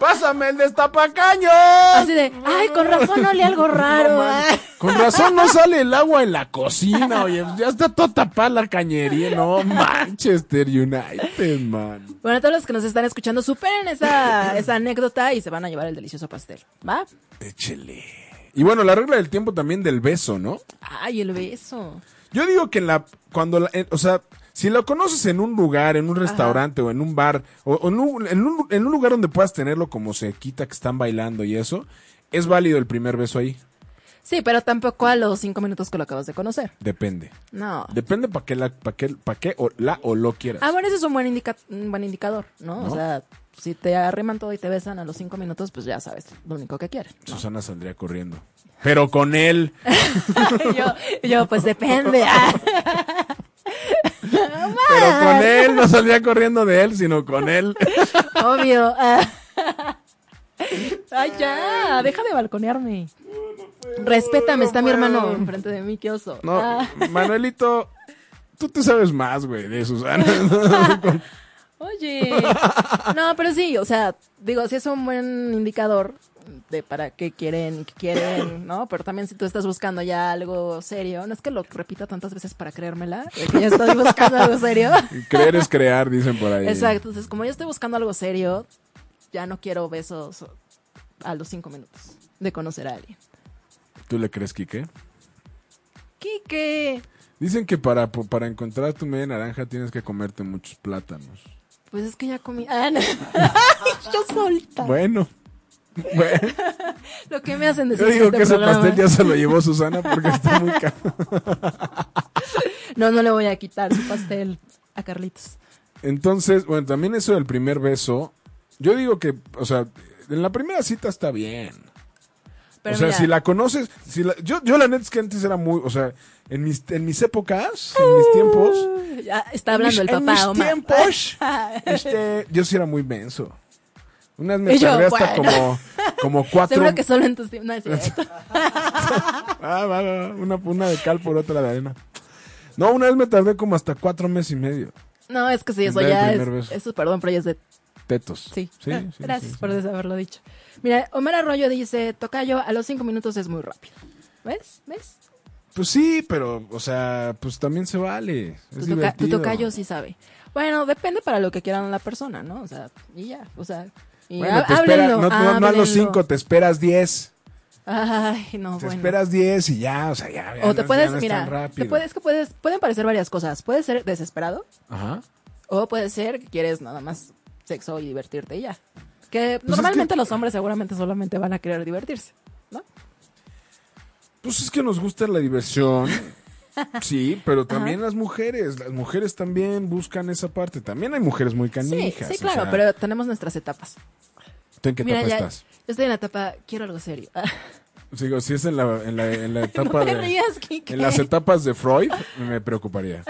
Speaker 6: Pásame el destapacaño.
Speaker 4: Así de, ay, con razón olía algo raro. ay.
Speaker 6: Con razón no sale el agua en la cocina, oye. Ya está toda tapada la cañería. No, Manchester United, man.
Speaker 4: Bueno, a todos los que nos están escuchando, superen esa, esa anécdota y se van a llevar el delicioso pastel, ¿va?
Speaker 6: Échele. Y bueno, la regla del tiempo también del beso, ¿no?
Speaker 4: Ay, el beso.
Speaker 6: Yo digo que en la, cuando, la- en- o sea, si lo conoces en un lugar, en un restaurante o en un bar, o, o en, un, en un- en un lugar donde puedas tenerlo como se quita que están bailando y eso, es válido el primer beso ahí.
Speaker 4: Sí, pero tampoco a los cinco minutos que lo acabas de conocer.
Speaker 6: Depende.
Speaker 4: No.
Speaker 6: Depende para qué, la- pa' qué, pa' qué o la o lo quieras.
Speaker 4: Ah, bueno, ese es un buen, indica- un buen indicador, ¿no?
Speaker 6: ¿No?
Speaker 4: O sea, si te arriman todo y te besan a los cinco minutos, pues ya sabes lo único que quieren.
Speaker 6: Susana saldría corriendo. Pero con él.
Speaker 4: yo, yo, pues depende. Ah.
Speaker 6: Pero con él no saldría corriendo de él, sino con él.
Speaker 4: Obvio. Ay, ya, deja de balconearme. Respétame, está mi hermano enfrente de mí, qué oso.
Speaker 6: No,
Speaker 4: Ah.
Speaker 6: Manuelito, tú te sabes más, güey, de Susana.
Speaker 4: Oye. No, pero sí, o sea, digo, sí es un buen indicador de para qué quieren y qué quieren, ¿no? Pero también si tú estás buscando ya algo serio, no es que lo repita tantas veces para creérmela, de que ya estoy buscando algo serio.
Speaker 6: Creer es crear, dicen por ahí.
Speaker 4: Exacto, entonces como yo estoy buscando algo serio, ya no quiero besos a los cinco minutos de conocer a alguien.
Speaker 6: ¿Tú le crees, Quique?
Speaker 4: Quique,
Speaker 6: Dicen que para, para encontrar tu media naranja tienes que comerte muchos plátanos.
Speaker 4: pues es que ya comí. Ah, no. yo solta.
Speaker 6: Bueno. Bueno,
Speaker 4: Lo que me hacen decir
Speaker 6: yo digo
Speaker 4: este
Speaker 6: que ese
Speaker 4: programa.
Speaker 6: pastel ya se lo llevó Susana porque está muy caro.
Speaker 4: No, no le voy a quitar su pastel a Carlitos.
Speaker 6: Entonces, bueno, también eso del primer beso. Yo digo que, o sea, en la primera cita está bien.
Speaker 4: Pero
Speaker 6: o sea,
Speaker 4: mira.
Speaker 6: si la conoces, si la- yo, yo la neta es que antes era muy, o sea, en mis, en mis épocas, en mis tiempos,
Speaker 4: Ya está hablando el
Speaker 6: En mis-
Speaker 4: papá,
Speaker 6: en mis
Speaker 4: Omar.
Speaker 6: tiempos, este, yo sí era muy menso. Unas me
Speaker 4: Y yo,
Speaker 6: tardé hasta
Speaker 4: bueno.
Speaker 6: como, como cuatro.
Speaker 4: Seguro que solo en tus tiempos. No, es cierto.
Speaker 6: Ah, va, va, va. Una, una de cal por otra de arena. No, una vez me tardé como hasta cuatro meses y medio.
Speaker 4: No, es que sí, eso
Speaker 6: Del
Speaker 4: ya
Speaker 6: primer
Speaker 4: es.
Speaker 6: beso.
Speaker 4: Eso, perdón, pero ya es de.
Speaker 6: Tetos.
Speaker 4: Sí.
Speaker 6: Sí,
Speaker 4: Ah,
Speaker 6: sí,
Speaker 4: Gracias por haberlo dicho. Mira, Omar Arroyo dice: Tocayo, a los cinco minutos es muy rápido. ¿Ves? ¿Ves?
Speaker 6: Pues sí, pero, o sea, pues también se vale. Es
Speaker 4: Tu, toca- tu
Speaker 6: divertido.
Speaker 4: tocayo sí sabe. Bueno, depende para lo que quieran la persona, ¿no? O sea, y ya. O sea, y
Speaker 6: Bueno,
Speaker 4: há-
Speaker 6: te espera-
Speaker 4: háblenlo,
Speaker 6: no, no- no a los
Speaker 4: háblenlo.
Speaker 6: cinco, te esperas diez.
Speaker 4: Ay, no,
Speaker 6: Te
Speaker 4: bueno.
Speaker 6: esperas diez y ya, o sea, ya. ya
Speaker 4: O te
Speaker 6: no-
Speaker 4: puedes,
Speaker 6: ya no es tan
Speaker 4: mira,
Speaker 6: rápido.
Speaker 4: te puedes, que puedes, pueden parecer varias cosas. Puede ser desesperado,
Speaker 6: Ajá.
Speaker 4: o puede ser que quieres nada más sexo y divertirte y ya. Que
Speaker 6: Pues es
Speaker 4: normalmente los hombres seguramente solamente van a querer divertirse.
Speaker 6: Pues es que nos gusta la diversión. Sí, pero también las mujeres. Las mujeres también buscan esa parte. También hay mujeres muy canijas.
Speaker 4: sí, sí,
Speaker 6: o
Speaker 4: claro,
Speaker 6: sea,
Speaker 4: pero tenemos nuestras etapas.
Speaker 6: ¿Tú en qué
Speaker 4: Mira,
Speaker 6: etapa
Speaker 4: ya,
Speaker 6: estás?
Speaker 4: yo estoy en la etapa, quiero algo serio.
Speaker 6: Digo, si es en la, en la, en la etapa
Speaker 4: no te
Speaker 6: de.
Speaker 4: rías, Kike.
Speaker 6: En las etapas de Freud, me preocuparía.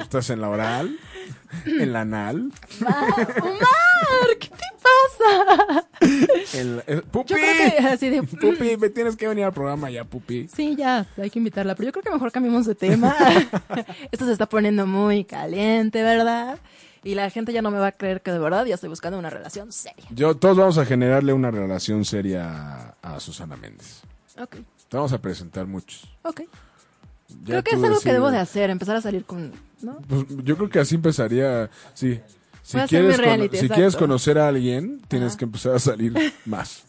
Speaker 6: Estás en la oral, en la anal,
Speaker 4: Ah, Omar, ¿qué te pasa?
Speaker 6: en la- eh, ¡Pupi!
Speaker 4: Yo creo que así de...
Speaker 6: ¡Pupi! Me tienes que venir al programa ya, Pupi.
Speaker 4: Sí, ya, hay que invitarla, pero yo creo que mejor cambiamos de tema. Esto se está poniendo muy caliente, ¿verdad? Y la gente ya no me va a creer que de verdad ya estoy buscando una relación seria.
Speaker 6: Yo, todos vamos a generarle una relación seria a, a Susana Méndez.
Speaker 4: Ok,
Speaker 6: Te vamos a presentar muchos.
Speaker 4: ok.
Speaker 6: Ya
Speaker 4: creo que
Speaker 6: tú
Speaker 4: es algo que
Speaker 6: decides.
Speaker 4: debo de hacer, empezar a salir con... ¿no?
Speaker 6: Pues, yo creo que así empezaría. Sí. Si,
Speaker 4: Voy a hacer mi
Speaker 6: quieres, cono-
Speaker 4: reality,
Speaker 6: si
Speaker 4: exacto.
Speaker 6: quieres conocer a alguien, tienes que empezar a salir más.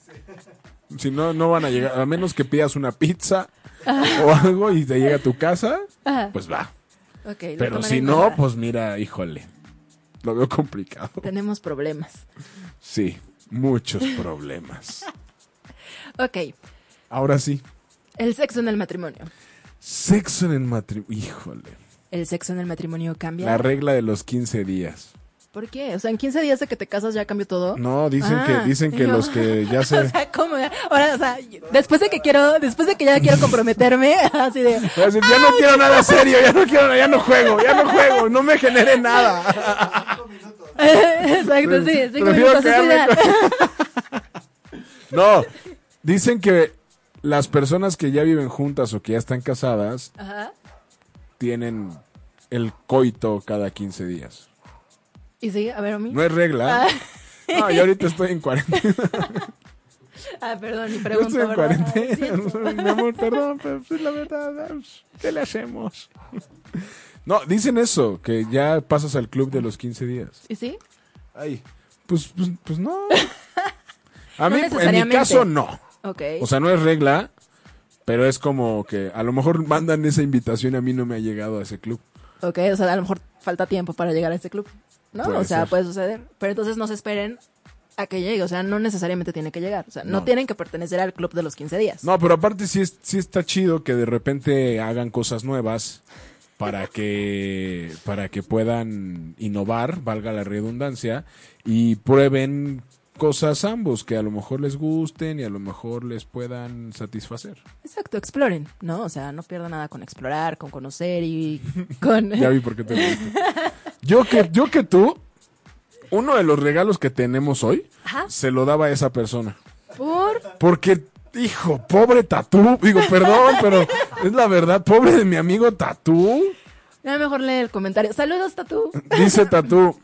Speaker 6: Si no, no van a llegar. A menos que pidas una pizza o algo y te llega a tu casa,
Speaker 4: Ajá.
Speaker 6: pues va.
Speaker 4: Ok, lo
Speaker 6: Pero
Speaker 4: tomaré
Speaker 6: si
Speaker 4: en
Speaker 6: no,
Speaker 4: cuenta.
Speaker 6: pues mira, híjole. Lo veo complicado.
Speaker 4: Tenemos problemas.
Speaker 6: Sí, muchos problemas.
Speaker 4: Ok,
Speaker 6: Ahora sí,
Speaker 4: el sexo en el matrimonio.
Speaker 6: sexo en el matrimonio. Híjole.
Speaker 4: El sexo en el matrimonio cambia.
Speaker 6: La regla de los 15 días.
Speaker 4: ¿Por qué? O sea, en 15 días de que te casas ya cambió todo.
Speaker 6: No, dicen que,
Speaker 4: Ah,
Speaker 6: dicen que
Speaker 4: yo-
Speaker 6: los que ya
Speaker 4: O
Speaker 6: se.
Speaker 4: sea, ¿cómo? Ahora, o sea, después de que quiero, después de que ya quiero comprometerme, así de,
Speaker 6: Voy a decir, ya no quiero nada serio, ya no quiero, ya no juego, ya no juego, no me genere nada.
Speaker 4: Exacto, sí, cinco
Speaker 6: Prefiero
Speaker 4: minutos es
Speaker 6: quedarme
Speaker 4: ideal.
Speaker 6: No, dicen que las personas que ya viven juntas o que ya están casadas
Speaker 4: Ajá.
Speaker 6: tienen el coito cada 15 días.
Speaker 4: Y sí, a ver, Omi.
Speaker 6: No es regla. No, yo ahorita estoy en cuarentena.
Speaker 4: Ah, perdón, mi
Speaker 6: Yo
Speaker 4: pregunta.
Speaker 6: estoy en
Speaker 4: ¿verdad?
Speaker 6: cuarentena. Mi amor, perdón, pero es la verdad. ¿Qué le hacemos? No, dicen eso, que ya pasas al club de los 15 días.
Speaker 4: ¿Y sí?
Speaker 6: Ay, pues, pues, pues no. A
Speaker 4: No
Speaker 6: mí, en mi
Speaker 4: necesariamente.
Speaker 6: caso, no.
Speaker 4: Ok.
Speaker 6: O sea, no es regla, pero es como que a lo mejor mandan esa invitación y a mí no me ha llegado a ese club.
Speaker 4: ok, o sea, a lo mejor falta tiempo para llegar a este club. ¿No?
Speaker 6: Puede
Speaker 4: o sea,
Speaker 6: ser.
Speaker 4: puede suceder. Pero entonces no se esperen a que llegue. O sea, no necesariamente tiene que llegar. O sea, no,
Speaker 6: No.
Speaker 4: tienen que pertenecer al club de los 15 días.
Speaker 6: No, pero aparte sí, es- sí está chido que de repente hagan cosas nuevas para que, para que puedan innovar, valga la redundancia, y prueben cosas ambos que a lo mejor les gusten y a lo mejor les puedan satisfacer.
Speaker 4: Exacto, exploren, ¿no? O sea, no pierdan nada con explorar, con conocer y con...
Speaker 6: Ya vi por qué te reíste. Yo que, yo que tú, uno de los regalos que tenemos hoy,
Speaker 4: Ajá.
Speaker 6: se lo daba a esa persona.
Speaker 4: Por...
Speaker 6: Porque, hijo, pobre Tatú. Digo, perdón, pero es la verdad, pobre de mi amigo Tatú.
Speaker 4: Ya mejor lee el comentario. Saludos, Tatu.
Speaker 6: Dice Tatú.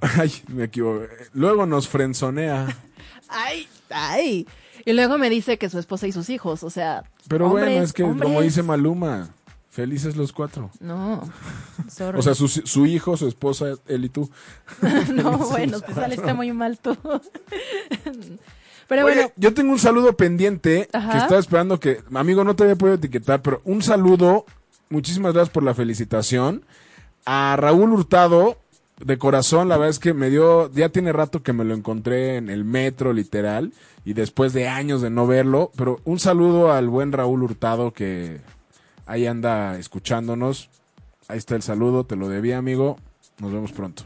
Speaker 6: Ay, me equivoqué. Luego nos frenzonea.
Speaker 4: Ay, ay. Y luego me dice que su esposa y sus hijos, o sea...
Speaker 6: Pero bueno,
Speaker 4: hombres,
Speaker 6: es que como
Speaker 4: hombres.
Speaker 6: dice Maluma, felices los cuatro.
Speaker 4: No. sorry.
Speaker 6: O sea, su, su hijo, su esposa, él y tú.
Speaker 4: no, bueno, te saliste muy mal tú. Pero
Speaker 6: Oye,
Speaker 4: bueno,
Speaker 6: yo tengo un saludo pendiente que
Speaker 4: Ajá.
Speaker 6: estaba esperando que, amigo, no te había podido etiquetar, pero un saludo, muchísimas gracias por la felicitación. A Raúl Hurtado, de corazón, la verdad es que me dio, ya tiene rato que me lo encontré en el metro, literal, y después de años de no verlo, pero un saludo al buen Raúl Hurtado que ahí anda escuchándonos. Ahí está el saludo, te lo debía, amigo. Nos vemos pronto.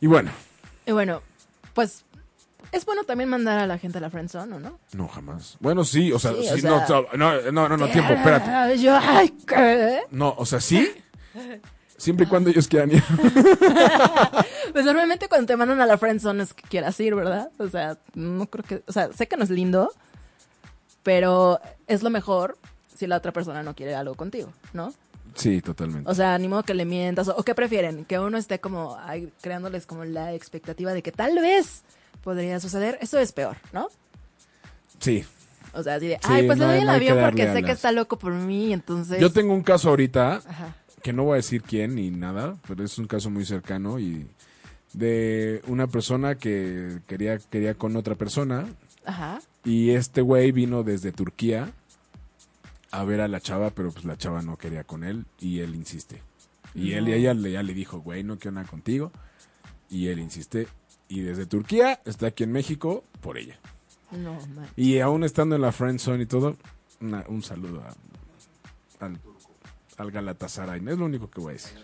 Speaker 6: Y bueno,
Speaker 4: y bueno, pues es bueno también mandar a la gente a la friendzone, ¿o no?
Speaker 6: No, jamás. Bueno, sí, o sea,
Speaker 4: Sí,
Speaker 6: sí,
Speaker 4: o
Speaker 6: no,
Speaker 4: sea-
Speaker 6: no, no, no, no, tiempo, espérate.
Speaker 4: Ah, Yo, ay, ¿qué?
Speaker 6: No, o sea, sí, siempre y cuando ellos quieran ir.
Speaker 4: Pues normalmente cuando te mandan a la friendzone es que quieras ir, ¿verdad? O sea, no creo que... O sea, sé que no es lindo, pero es lo mejor si la otra persona no quiere algo contigo, ¿no?
Speaker 6: Sí, totalmente.
Speaker 4: O sea, ni modo que le mientas. ¿O o qué prefieren? Que uno esté como ay, creándoles como la expectativa de que tal vez podría suceder. Eso es peor, ¿no?
Speaker 6: Sí.
Speaker 4: O sea, así de,
Speaker 6: Sí,
Speaker 4: ay, pues
Speaker 6: no
Speaker 4: le
Speaker 6: hay-
Speaker 4: doy el
Speaker 6: no hay que
Speaker 4: avión
Speaker 6: darle
Speaker 4: porque sé
Speaker 6: alas.
Speaker 4: que está loco por mí, entonces...
Speaker 6: Yo tengo un caso ahorita
Speaker 4: Ajá.
Speaker 6: que no voy a decir quién ni nada, pero es un caso muy cercano y de una persona que quería quería con otra persona
Speaker 4: Ajá.
Speaker 6: y este güey vino desde Turquía a ver a la chava, pero pues la chava no quería con él y él insiste. Y él y
Speaker 14: No.
Speaker 6: ella le- ya le dijo, güey, no quiero nada contigo. Y él insiste. Y desde Turquía está aquí en México por ella.
Speaker 4: No, man.
Speaker 6: Y aún estando en la Friend Zone y todo, una- un saludo a- al, al Galatasaray. Es lo único que voy a decir.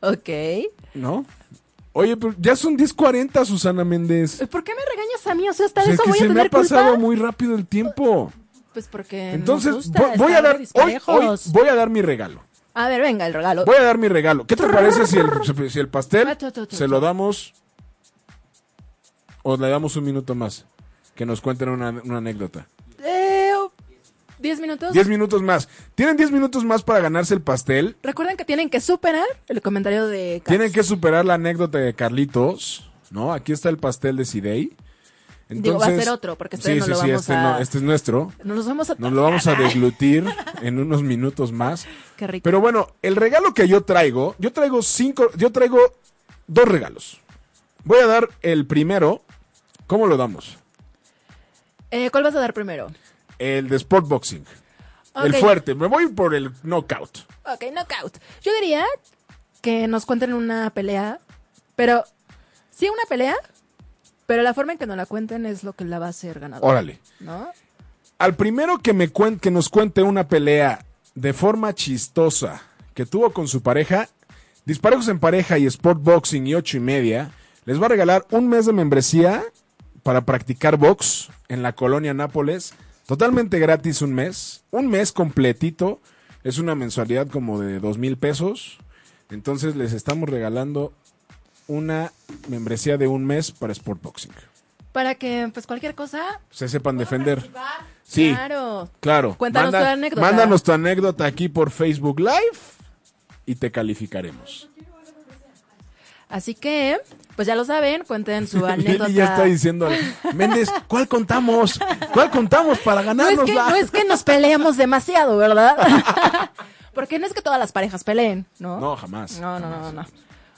Speaker 4: ok.
Speaker 6: ¿No? Oye, pero ya son 10.40, Susana Méndez.
Speaker 4: ¿Por qué me regañas a mí? O sea, hasta
Speaker 6: O sea,
Speaker 4: de eso
Speaker 6: que
Speaker 4: voy a
Speaker 6: se me ha
Speaker 4: tener culpa.
Speaker 6: pasado muy rápido el tiempo.
Speaker 4: Pues porque
Speaker 6: Entonces,
Speaker 4: nos
Speaker 6: vo-
Speaker 4: gusta
Speaker 6: voy a
Speaker 4: estar
Speaker 6: dar. Hoy, hoy
Speaker 4: disparejos.
Speaker 6: voy a dar mi regalo.
Speaker 4: A ver, venga, el regalo.
Speaker 6: Voy a dar mi regalo. ¿Qué te parece si el, si el pastel se lo damos o le damos un minuto más? Que nos cuenten una, una anécdota.
Speaker 4: Eh, ¿Diez minutos?
Speaker 6: Diez minutos más. Tienen diez minutos más para ganarse el pastel.
Speaker 4: Recuerden que tienen que superar el comentario de... Kat.
Speaker 6: Tienen que superar la anécdota de Carlitos, ¿no? Aquí está el pastel de Sidey.
Speaker 4: Digo, va a ser otro, porque este
Speaker 6: sí,
Speaker 4: no
Speaker 6: sí,
Speaker 4: lo
Speaker 6: sí,
Speaker 4: vamos
Speaker 6: este,
Speaker 4: a-
Speaker 6: no, este es nuestro.
Speaker 4: Nos los vamos a...
Speaker 6: Nos lo vamos a deglutir en unos minutos más.
Speaker 4: Qué rico.
Speaker 6: Pero bueno, el regalo que yo traigo, yo traigo cinco, yo traigo dos regalos. Voy a dar el primero. ¿Cómo lo damos?
Speaker 4: Eh, ¿Cuál vas a dar primero?
Speaker 6: El de Sportboxing. El
Speaker 4: Ok.
Speaker 6: fuerte. Me voy por el knockout.
Speaker 4: Ok, knockout. Yo diría que nos cuenten una pelea, pero sí una pelea, pero la forma en que nos la cuenten es lo que la va a hacer ganadora.
Speaker 6: Órale.
Speaker 4: ¿No?
Speaker 6: Al primero que, me cuen- que nos cuente una pelea de forma chistosa que tuvo con su pareja, Disparejos en Pareja y Sportboxing y ocho y media, les va a regalar un mes de membresía para practicar box en la colonia Nápoles, totalmente gratis un mes, un mes completito, es una mensualidad como de dos mil pesos, entonces les estamos regalando una membresía de un mes para Sportboxing,
Speaker 4: Para que, pues, cualquier cosa.
Speaker 6: se sepan defender. Sí.
Speaker 4: Claro.
Speaker 6: Claro.
Speaker 4: Cuéntanos tu anécdota.
Speaker 6: Mándanos tu anécdota aquí por Facebook Live y te calificaremos.
Speaker 4: Así que, pues ya lo saben, cuenten su anécdota.
Speaker 6: Lili ya está diciendo, Méndez, ¿cuál contamos? ¿Cuál contamos
Speaker 4: No
Speaker 6: para
Speaker 4: es,
Speaker 6: ganarnos
Speaker 4: que,
Speaker 6: la?
Speaker 4: no es que nos peleemos demasiado, ¿verdad? Porque no es que todas las parejas peleen, ¿no?
Speaker 6: No, jamás.
Speaker 4: No, no, no, no.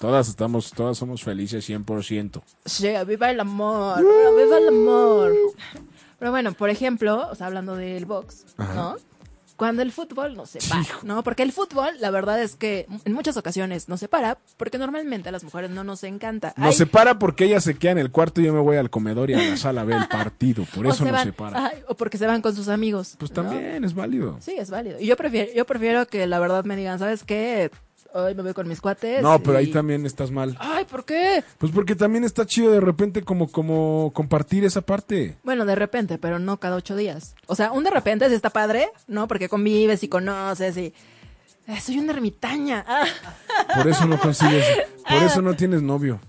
Speaker 6: Todas estamos, todas somos felices 100%.
Speaker 4: Sí, viva el amor, viva el amor. Pero bueno, por ejemplo, o sea, hablando del box,
Speaker 6: Ajá.
Speaker 4: ¿no? Cuando el fútbol nos separa, ¿no? Porque el fútbol, la verdad es que en muchas ocasiones nos separa, porque normalmente a las mujeres no nos encanta. Ay,
Speaker 6: Nos separa porque ella se queda en el cuarto y yo me voy al comedor y a la sala a ver el partido. Por
Speaker 4: o
Speaker 6: eso
Speaker 4: se
Speaker 6: nos
Speaker 4: van-
Speaker 6: separa.
Speaker 4: ay, o porque se van con sus amigos.
Speaker 6: Pues
Speaker 4: ¿no?
Speaker 6: también es válido.
Speaker 4: Sí, es válido. Y yo prefiero, yo prefiero que la verdad me digan, ¿sabes qué? Hoy me voy con mis cuates.
Speaker 6: No, pero
Speaker 4: y-
Speaker 6: ahí también estás mal.
Speaker 4: Ay, ¿por qué?
Speaker 6: Pues porque también está chido de repente como, como compartir esa parte.
Speaker 4: Bueno, de repente, pero no cada ocho días. O sea, un de repente sí está padre, ¿no? Porque convives y conoces y... "Ay, soy una ermitaña. Ah,
Speaker 6: Por eso no consigues, por eso no tienes novio.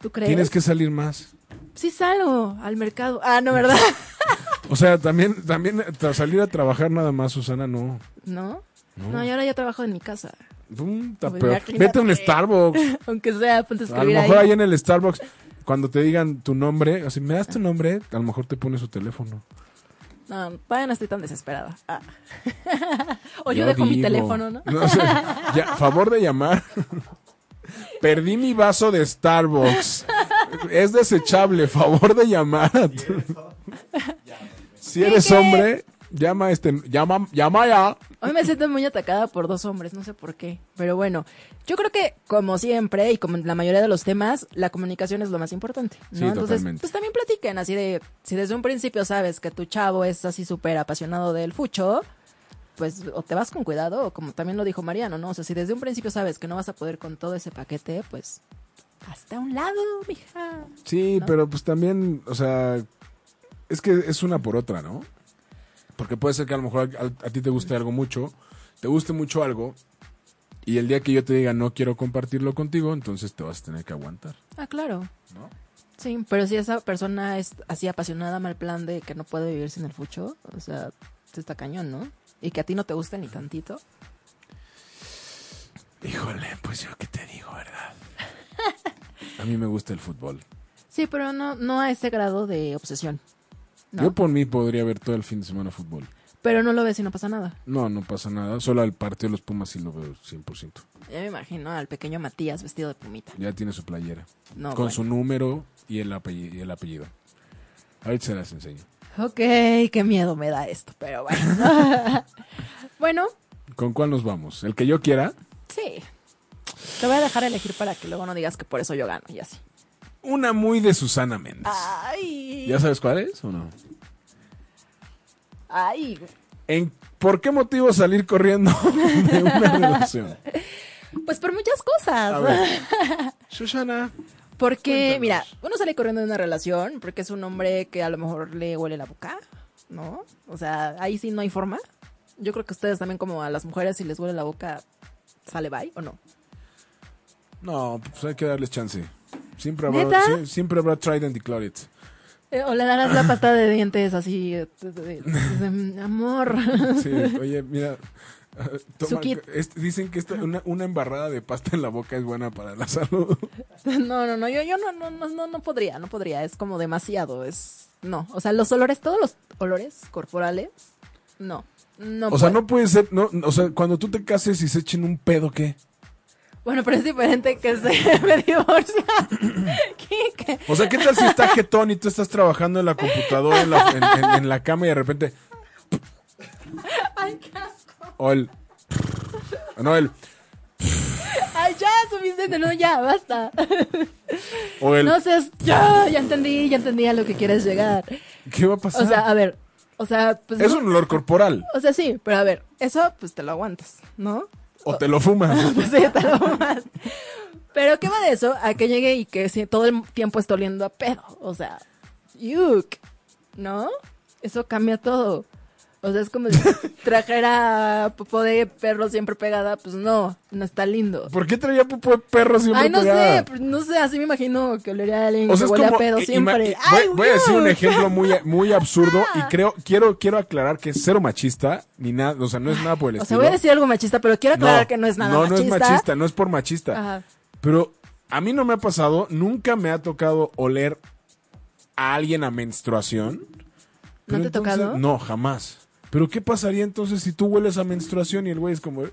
Speaker 4: ¿Tú crees?
Speaker 6: Tienes que salir más.
Speaker 4: Sí salgo al mercado. Ah, no, ¿verdad?
Speaker 6: O sea, también, también tras salir a trabajar nada más, Susana, no.
Speaker 4: ¿No?
Speaker 6: No.
Speaker 4: No, yo ahora ya trabajo en mi casa.
Speaker 6: Pum, está
Speaker 4: Voy a
Speaker 6: peor.
Speaker 4: clínica
Speaker 6: Vete a un
Speaker 4: tres.
Speaker 6: Starbucks.
Speaker 4: Aunque sea, ponte a
Speaker 6: A lo
Speaker 4: escribir
Speaker 6: mejor
Speaker 4: ahí.
Speaker 6: ahí en el Starbucks, cuando te digan tu nombre, así me das tu nombre, a lo mejor te pone su teléfono.
Speaker 4: No, todavía no estoy tan desesperada. Ah. o yo,
Speaker 6: Yo
Speaker 4: dejo mi
Speaker 6: digo.
Speaker 4: teléfono, ¿no?
Speaker 6: No sé, ya, favor de llamar. Perdí mi vaso de Starbucks. Es desechable, favor de llamar. Si eres
Speaker 4: ¿Qué, qué?
Speaker 6: hombre, llama a este, llama, llama ya.
Speaker 4: Hoy me siento muy atacada por dos hombres, no sé por qué. Pero bueno, yo creo que como siempre y como en la mayoría de los temas, la comunicación es lo más importante. ¿no?
Speaker 6: Sí,
Speaker 4: Entonces,
Speaker 6: totalmente.
Speaker 4: pues también platiquen así de, si desde un principio sabes que tu chavo es así súper apasionado del fucho, pues o te vas con cuidado, o como también lo dijo Mariano, ¿no? O sea, si desde un principio sabes que no vas a poder con todo ese paquete, pues hasta un lado, mija.
Speaker 6: Sí,
Speaker 4: ¿No?
Speaker 6: pero pues también, o sea, es que es una por otra, ¿no? Porque puede ser que a lo mejor a, a ti te guste algo mucho, te guste mucho algo, y el día que yo te diga no quiero compartirlo contigo, entonces te vas a tener que aguantar.
Speaker 4: Ah, claro. Sí, pero si esa persona es así apasionada, mal plan de que no puede vivir sin el fucho, o sea, sí está cañón, ¿no? Y que a ti no te guste ni tantito.
Speaker 6: Híjole, pues yo qué te digo, ¿verdad? A mí me gusta el fútbol.
Speaker 4: Sí, pero no, no a ese grado de obsesión. No.
Speaker 6: Yo por mí podría ver todo el fin de semana fútbol.
Speaker 4: Pero no lo ves y no pasa nada.
Speaker 6: No, no pasa nada. Solo al partido de los Pumas sí lo veo 100%.
Speaker 4: Ya me imagino al pequeño Matías vestido de pumita.
Speaker 6: Ya tiene su playera.
Speaker 4: No,
Speaker 6: con
Speaker 4: bueno.
Speaker 6: su número y el, apelli- y el apellido. Ahorita se las enseño.
Speaker 4: Ok, qué miedo me da esto, pero bueno. bueno,
Speaker 6: ¿Con cuál nos vamos? ¿El que yo quiera?
Speaker 4: sí. Te voy a dejar elegir para que luego no digas que por eso yo gano y así.
Speaker 6: Una muy de Susana Méndez.
Speaker 4: Ah. Ay,
Speaker 6: ¿Ya sabes cuál es o no?
Speaker 4: ay, güey.
Speaker 6: ¿En ¿Por qué motivo salir corriendo de una relación?
Speaker 4: Pues por muchas cosas.
Speaker 6: A ver. Susana.
Speaker 4: Porque, mira, uno sale corriendo de una relación porque es un hombre que a lo mejor le huele la boca, ¿no? O sea, ahí sí no hay forma. Yo creo que ustedes también, como a las mujeres, si les huele la boca, sale bye o no.
Speaker 6: No, pues hay que darles chance. Siempre habrá,
Speaker 4: ¿Neta?
Speaker 6: sie- siempre habrá tried and declared it.
Speaker 4: Eh, o le darás la pasta de dientes así, eh, de- de- de- de- amor.
Speaker 6: Sí, oye, mira. eh, toma-
Speaker 4: Su kit.
Speaker 6: este- dicen que esta- una, una embarrada de pasta en la boca es buena para la salud.
Speaker 4: No, no, no, yo, yo no, no, no, no, no podría, no podría, es como demasiado, es... No, o sea, los olores, todos los olores corporales, no, no.
Speaker 6: o sea,
Speaker 4: puedo.
Speaker 6: no puede ser. No, no, o sea, cuando tú te cases y se echen un pedo, ¿qué?
Speaker 4: Bueno, pero es diferente que se me divorcia. ¿Qué, qué?
Speaker 6: O sea, ¿qué tal si está jetón y tú estás trabajando en la computadora, en la, en- en- en la cama y de repente.
Speaker 4: Ay, qué asco.
Speaker 6: O el. No, el.
Speaker 4: Ay, ya, suficiente, no, ya, basta.
Speaker 6: O el.
Speaker 4: No seas, ya, ya entendí, ya entendí a lo que quieres llegar.
Speaker 6: ¿Qué va a pasar?
Speaker 4: O sea, a ver, o sea, pues...
Speaker 6: es
Speaker 4: no-
Speaker 6: un olor corporal.
Speaker 4: O sea, sí, pero a ver, eso pues te lo aguantas, ¿no?
Speaker 6: O te lo fumas.
Speaker 4: Pues sí, te lo fumas. Pero ¿qué va de eso? A que llegue y que sí, todo el tiempo está oliendo a pedo. O sea, yuk, ¿no? Eso cambia todo. O sea, es como si trajera popó de perro siempre pegada. Pues no, no está lindo.
Speaker 6: ¿Por qué traía pupo de perro siempre
Speaker 4: Ay, no
Speaker 6: pegada?
Speaker 4: sé, pues, no sé, así me imagino que olería a alguien
Speaker 6: O sea,
Speaker 4: que
Speaker 6: es
Speaker 4: huele
Speaker 6: como-
Speaker 4: a pedo
Speaker 6: eh,
Speaker 4: siempre.
Speaker 6: ima-
Speaker 4: Ay, Ah.
Speaker 6: voy, voy a decir un
Speaker 4: yuk.
Speaker 6: ejemplo muy, muy absurdo y creo, quiero, quiero aclarar que es cero machista, ni nada, o sea, no es nada por
Speaker 4: O
Speaker 6: el
Speaker 4: sea,
Speaker 6: estilo.
Speaker 4: voy a decir algo machista, pero quiero aclarar que no es nada
Speaker 6: no,
Speaker 4: machista.
Speaker 6: no es machista, no es por machista.
Speaker 4: Ajá.
Speaker 6: Pero a mí no me ha pasado, nunca me ha tocado oler a alguien a menstruación.
Speaker 4: ¿No
Speaker 6: Pero
Speaker 4: te ha
Speaker 6: entonces-
Speaker 4: tocado?
Speaker 6: No, jamás. Pero ¿qué pasaría entonces si tú hueles a menstruación y el güey es como...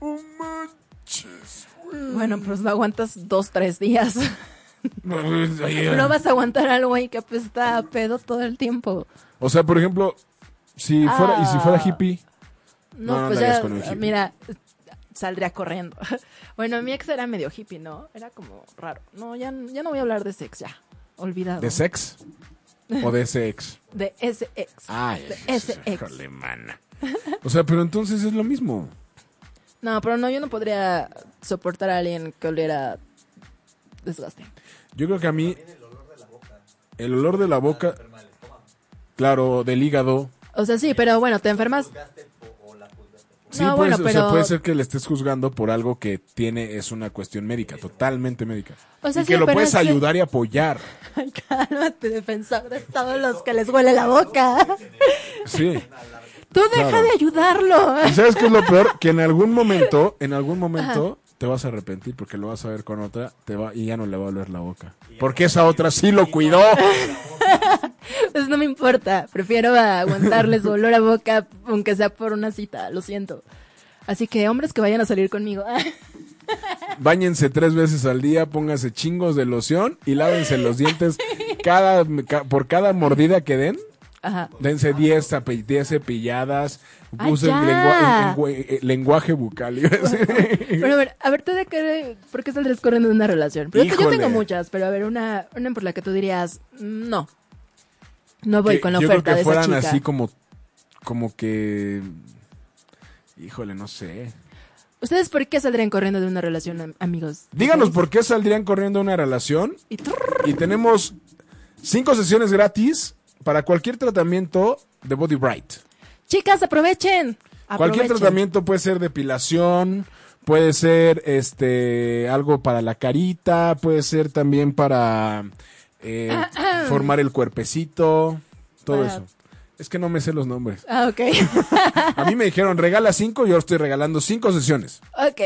Speaker 6: "Oh, manches, güey".
Speaker 4: Bueno, pues lo aguantas dos, tres días. No
Speaker 6: No
Speaker 4: vas a aguantar algo ahí que apesta a pedo todo el tiempo.
Speaker 6: O sea, por ejemplo, si fuera, y si fuera
Speaker 4: Ah.
Speaker 6: hippie,
Speaker 4: No,
Speaker 6: No, no
Speaker 4: pues
Speaker 6: andarías
Speaker 4: ya,
Speaker 6: con un hippie.
Speaker 4: mira, saldría corriendo. Bueno, mi ex era medio hippie, ¿no? Era como raro. No, ya, ya no voy a hablar de sex, ya. Olvidado.
Speaker 6: ¿De sex? ¿O de ese ex?
Speaker 4: De ese ex.
Speaker 6: Ay,
Speaker 4: de ese ex.
Speaker 6: híjole, mana. O sea, pero entonces es lo mismo.
Speaker 4: No, pero no, yo no podría soportar a alguien que oliera desgaste.
Speaker 6: Yo creo que a mí. El olor de la boca. Claro, del hígado.
Speaker 4: O sea, sí, pero bueno, te enfermas.
Speaker 6: Sí,
Speaker 4: no,
Speaker 6: puede
Speaker 4: bueno,
Speaker 6: ser- o
Speaker 4: pero.
Speaker 6: sea, puede ser que le estés juzgando por algo que tiene, es una cuestión médica, totalmente médica.
Speaker 4: O sea,
Speaker 6: y que
Speaker 4: sí,
Speaker 6: lo
Speaker 4: pero
Speaker 6: puedes
Speaker 4: es que-
Speaker 6: ayudar y apoyar.
Speaker 4: Ay, Cálmate, defensor de todos los que les huele la boca.
Speaker 6: Sí.
Speaker 4: Tú deja
Speaker 6: Claro.
Speaker 4: de ayudarlo.
Speaker 6: ¿Y sabes qué es lo peor? Que en algún momento, en algún momento, te vas a arrepentir porque lo vas a ver con otra te va, y ya no le va a oler la boca. Porque esa otra sí lo cuidó.
Speaker 4: Pues no me importa. Prefiero aguantarles su olor a boca, aunque sea por una cita. Lo siento. Así que hombres que vayan a salir conmigo.
Speaker 6: Báñense tres veces al día, pónganse chingos de loción y lávense los dientes cada, ca- por cada mordida que den.
Speaker 4: Ajá.
Speaker 6: Dense 10 zapi- 10 cepilladas,
Speaker 4: Ay,
Speaker 6: usen
Speaker 4: Ah, ya.
Speaker 6: lengua- lengua- eh, lenguaje bucal. iba a decir.
Speaker 4: Pero a ver, a ver, ¿tú de qué, por qué saldrías corriendo de una relación? Pero es que yo
Speaker 6: Híjole.
Speaker 4: tengo muchas, pero a ver, una, una por la que tú dirías, no. No voy
Speaker 6: Que
Speaker 4: con la
Speaker 6: yo
Speaker 4: oferta
Speaker 6: creo que
Speaker 4: de esa
Speaker 6: fueran
Speaker 4: chica.
Speaker 6: así como, como que... Híjole, no sé.
Speaker 4: ¿Ustedes por qué saldrían corriendo de una relación, am- amigos?
Speaker 6: Díganos por qué saldrían corriendo de una relación. Y tenemos cinco sesiones gratis para cualquier tratamiento de Body Bright.
Speaker 4: Chicas, aprovechen.
Speaker 6: Cualquier
Speaker 4: Aprovechen.
Speaker 6: tratamiento puede ser depilación, puede ser este algo para la carita, puede ser también para eh, formar el cuerpecito, todo
Speaker 4: Para-
Speaker 6: eso. Es que no me sé los nombres.
Speaker 4: Ah, ok.
Speaker 6: A mí me dijeron regala cinco, yo estoy regalando cinco sesiones.
Speaker 4: ok.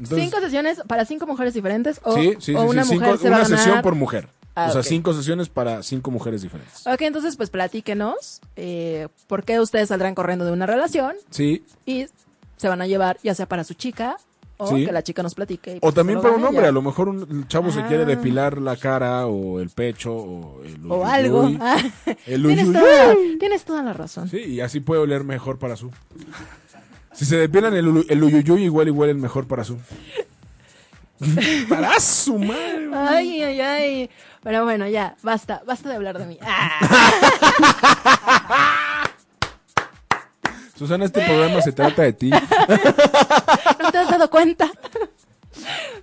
Speaker 6: Entonces-
Speaker 4: cinco sesiones para cinco mujeres diferentes o,
Speaker 6: sí, sí,
Speaker 4: o
Speaker 6: sí,
Speaker 4: una
Speaker 6: sí, cinco-
Speaker 4: mujer se va a
Speaker 6: una sesión
Speaker 4: ganar-
Speaker 6: por mujer.
Speaker 4: Ah,
Speaker 6: o sea,
Speaker 4: ok.
Speaker 6: cinco sesiones para cinco mujeres diferentes.
Speaker 4: Ok, entonces pues platíquenos eh, por qué ustedes saldrán corriendo de una relación
Speaker 6: Sí.
Speaker 4: y se van a llevar ya sea para su chica o
Speaker 6: Sí.
Speaker 4: que la chica nos platique. y,
Speaker 6: O
Speaker 4: pues,
Speaker 6: también
Speaker 4: se lo
Speaker 6: para un
Speaker 4: gana
Speaker 6: hombre,
Speaker 4: ella.
Speaker 6: a lo mejor un el chavo se
Speaker 4: Ah.
Speaker 6: quiere depilar la cara o el pecho o el
Speaker 4: O
Speaker 6: uyuyuy,
Speaker 4: algo. Ah,
Speaker 6: el
Speaker 4: tienes,
Speaker 6: uyuyuy.
Speaker 4: toda, tienes toda la razón.
Speaker 6: Sí, y así puede oler mejor para su. Si se depilan el, ulu- el uyuyuy, igual y huelen mejor para su. para su madre.
Speaker 4: Ay, ay, ay. Pero bueno, ya, basta, basta de hablar de mí. Ah,
Speaker 6: Susana, este programa se trata de ti.
Speaker 4: ¿No te has dado cuenta?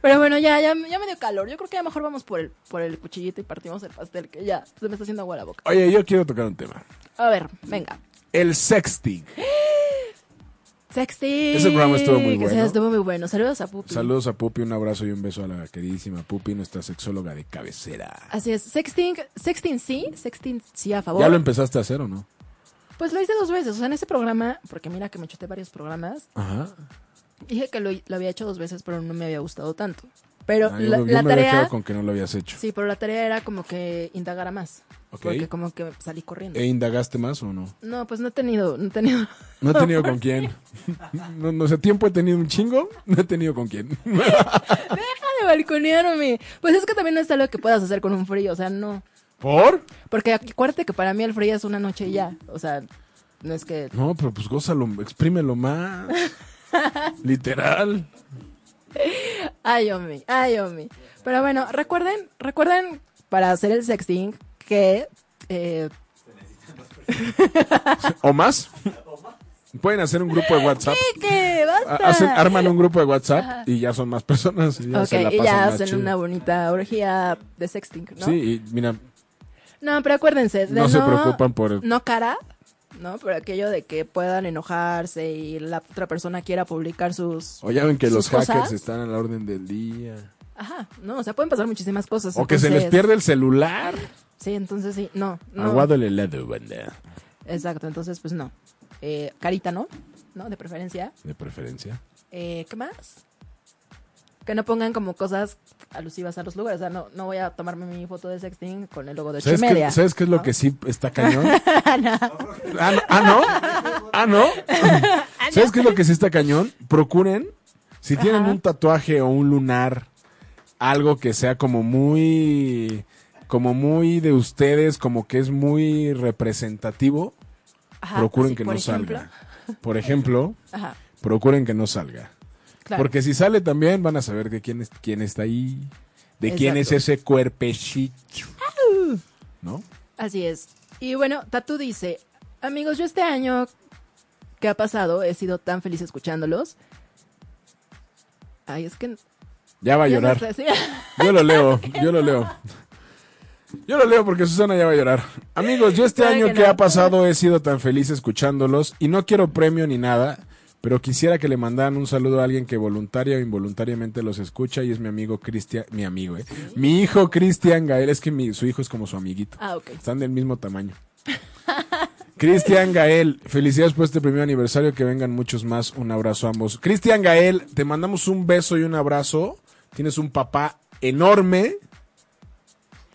Speaker 4: Pero bueno, ya, ya, ya me dio calor. Yo creo que a lo mejor vamos por el, por el cuchillito y partimos el pastel, que ya se me está haciendo agua la boca.
Speaker 6: Oye, yo quiero tocar un tema.
Speaker 4: A ver, venga.
Speaker 6: El sexting.
Speaker 4: Sexting.
Speaker 6: Ese programa estuvo muy bueno.
Speaker 4: Ese estuvo muy bueno. Saludos a Pupi.
Speaker 6: Saludos a Pupi, un abrazo y un beso a la queridísima Pupi, nuestra sexóloga de cabecera.
Speaker 4: Así es. Sexting, sexting sí, sexting sí a favor.
Speaker 6: ¿Ya lo empezaste a hacer o no?
Speaker 4: Pues lo hice dos veces. O sea, en ese programa, porque mira que me chuté varios programas,
Speaker 6: Ajá.
Speaker 4: dije que lo, lo había hecho dos veces, pero no me había gustado tanto. Pero
Speaker 6: Ah, yo
Speaker 4: la,
Speaker 6: yo
Speaker 4: la
Speaker 6: me había
Speaker 4: tarea.
Speaker 6: quedado con que no lo habías hecho.
Speaker 4: Sí, pero la tarea era como que indagara más.
Speaker 6: Ok.
Speaker 4: Porque como que salí corriendo.
Speaker 6: ¿E indagaste más o no?
Speaker 4: No, pues no he tenido, no he tenido.
Speaker 6: No he tenido con quién. No, no sé, tiempo he tenido un chingo, no he tenido con quién.
Speaker 4: Deja de balconearme. Pues es que también no es algo que puedas hacer con un frío, o sea, no.
Speaker 6: ¿Por?
Speaker 4: Porque acuérdate que para mí el frío es una noche y ya. O sea, no es que.
Speaker 6: No, pero pues gózalo, exprímelo más. Literal.
Speaker 4: Ay, Omi, ay, Omi. Pero bueno, recuerden, recuerden para hacer el sexting que. eh,
Speaker 6: ¿O más? Pueden hacer un grupo de WhatsApp.
Speaker 4: que
Speaker 6: Ha-
Speaker 4: basta.
Speaker 6: Hacen, arman un grupo de
Speaker 4: Ajá.
Speaker 6: WhatsApp y ya son más personas. Y ya
Speaker 4: ok,
Speaker 6: se la
Speaker 4: y
Speaker 6: pasan
Speaker 4: ya
Speaker 6: más
Speaker 4: hacen
Speaker 6: chido.
Speaker 4: una bonita orgía de sexting, ¿no?
Speaker 6: Sí, y mira,
Speaker 4: No, pero acuérdense. de
Speaker 6: no, se preocupan por...
Speaker 4: No cara, ¿no? Pero aquello de que puedan enojarse y la otra persona quiera publicar sus.
Speaker 6: O ya ven que
Speaker 4: sus
Speaker 6: los hackers
Speaker 4: cosas.
Speaker 6: están a la orden del día.
Speaker 4: Ajá, no, o sea, pueden pasar muchísimas cosas.
Speaker 6: O que se les
Speaker 4: entonces-
Speaker 6: pierde el celular.
Speaker 4: Sí, entonces sí, no. no.
Speaker 6: Aguado el helado, banda.
Speaker 4: Exacto, entonces pues no. Eh, carita, ¿no? ¿No? De preferencia.
Speaker 6: De preferencia.
Speaker 4: Eh, ¿Qué más? Que no pongan como cosas alusivas a los lugares. O sea, no, no voy a tomarme mi foto de sexting con el logo de
Speaker 6: ¿Sabes
Speaker 4: Chimedia.
Speaker 6: qué, ¿Sabes qué es lo que sí está cañón?
Speaker 4: No.
Speaker 6: Ah, no. ¿Ah, no? ¿Ah, no? ¿Sabes qué es lo que sí está cañón? Procuren, si tienen un tatuaje o un lunar, algo que sea como muy, como muy de ustedes, como que es muy representativo,
Speaker 4: Ajá,
Speaker 6: procuren
Speaker 4: sí,
Speaker 6: que
Speaker 4: por
Speaker 6: no
Speaker 4: ejemplo.
Speaker 6: salga. por ejemplo,
Speaker 4: Ajá.
Speaker 6: procuren que no salga.
Speaker 4: Claro.
Speaker 6: Porque si sale también van a saber de quién, es, quién está ahí, de quién es
Speaker 4: Exacto.
Speaker 6: ese cuerpecito, ¿no?
Speaker 4: Así es. Y bueno, Tatu dice, amigos, yo este año que ha pasado he sido tan feliz escuchándolos. Ay, es que...
Speaker 6: Ya va a
Speaker 4: ya no
Speaker 6: llorar.
Speaker 4: sé, sí.
Speaker 6: Yo lo leo, yo lo leo. Yo lo leo porque Susana ya va a llorar. Amigos, yo este
Speaker 4: Claro
Speaker 6: año
Speaker 4: que
Speaker 6: que
Speaker 4: no.
Speaker 6: ha pasado he sido tan feliz escuchándolos y no quiero premio ni nada, pero quisiera que le mandaran un saludo a alguien que voluntaria o involuntariamente los escucha y es mi amigo Cristian, mi amigo, eh. Mi hijo Cristian Gael, es que mi, su hijo es como su amiguito.
Speaker 4: Ah, ok.
Speaker 6: Están del mismo tamaño. Cristian Gael, felicidades por este primer aniversario, que vengan muchos más. Un abrazo a ambos. Cristian Gael, te mandamos un beso y un abrazo. Tienes un papá enorme.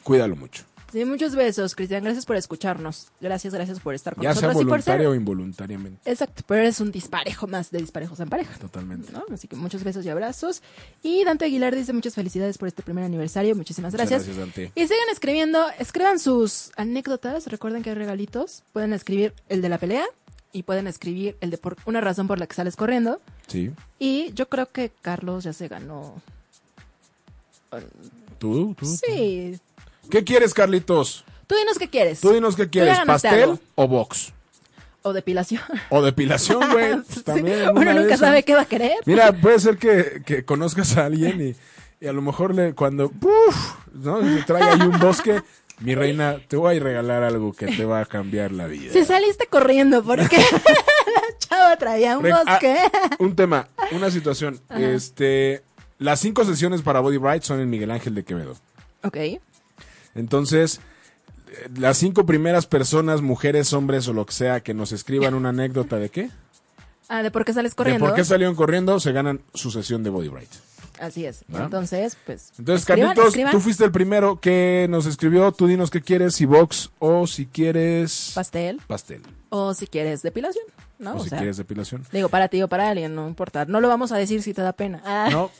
Speaker 6: Cuídalo mucho.
Speaker 4: Sí, muchos besos, Cristian. Gracias por escucharnos. Gracias, gracias por estar con
Speaker 6: Ya sea
Speaker 4: nosotros y por ser-
Speaker 6: voluntario o involuntariamente.
Speaker 4: Exacto, pero eres un disparejo más de disparejos en pareja.
Speaker 6: Totalmente.
Speaker 4: ¿no? Así que muchos besos y abrazos. Y Dante Aguilar dice muchas felicidades por este primer aniversario. Muchísimas
Speaker 6: Muchas
Speaker 4: gracias.
Speaker 6: gracias, Dante.
Speaker 4: Y sigan escribiendo, escriban sus anécdotas. Recuerden que hay regalitos. Pueden escribir el de la pelea y pueden escribir el de por una razón por la que sales corriendo.
Speaker 6: Sí.
Speaker 4: Y yo creo que Carlos ya se ganó.
Speaker 6: ¿Tú? ¿Tú?
Speaker 4: Sí.
Speaker 6: ¿Qué quieres, Carlitos?
Speaker 4: Tú dinos qué quieres.
Speaker 6: Tú dinos qué
Speaker 4: ya
Speaker 6: quieres,
Speaker 4: ganaste
Speaker 6: pastel
Speaker 4: algo.
Speaker 6: o box.
Speaker 4: O depilación.
Speaker 6: O depilación, güey. Pues
Speaker 4: Sí,
Speaker 6: también alguna
Speaker 4: Uno
Speaker 6: de
Speaker 4: nunca
Speaker 6: esas.
Speaker 4: sabe qué va a querer.
Speaker 6: Mira, puede ser que, que conozcas a alguien y, y a lo mejor le, cuando ¡puf! ¿no? se trae ahí un bosque, mi reina, te voy a regalar algo que te va a cambiar la vida.
Speaker 4: Si saliste corriendo porque la chava traía un
Speaker 6: Re- ah,
Speaker 4: bosque.
Speaker 6: un tema, una situación.
Speaker 4: Ajá.
Speaker 6: Este, las cinco sesiones para Body Bright son en Miguel Ángel de Quevedo.
Speaker 4: Ok.
Speaker 6: Entonces, eh, las cinco primeras personas, mujeres, hombres o lo que sea, que nos escriban una anécdota de qué,
Speaker 4: Ah, de por qué sales
Speaker 6: de
Speaker 4: corriendo.
Speaker 6: por qué salieron corriendo, se ganan su sesión de Body Bright.
Speaker 4: Así es.
Speaker 6: ¿Va?
Speaker 4: Entonces, pues.
Speaker 6: Ah. Entonces,
Speaker 4: escriban,
Speaker 6: Carlitos,
Speaker 4: escriban.
Speaker 6: tú fuiste el primero que nos escribió. Tú dinos qué quieres, si box o si quieres
Speaker 4: Pastel.
Speaker 6: pastel.
Speaker 4: O si quieres depilación, ¿no?
Speaker 6: o,
Speaker 4: O
Speaker 6: si
Speaker 4: sea,
Speaker 6: quieres depilación.
Speaker 4: Digo, para ti o para alguien, no importa. No lo vamos a decir si te da pena. Ah,
Speaker 6: No,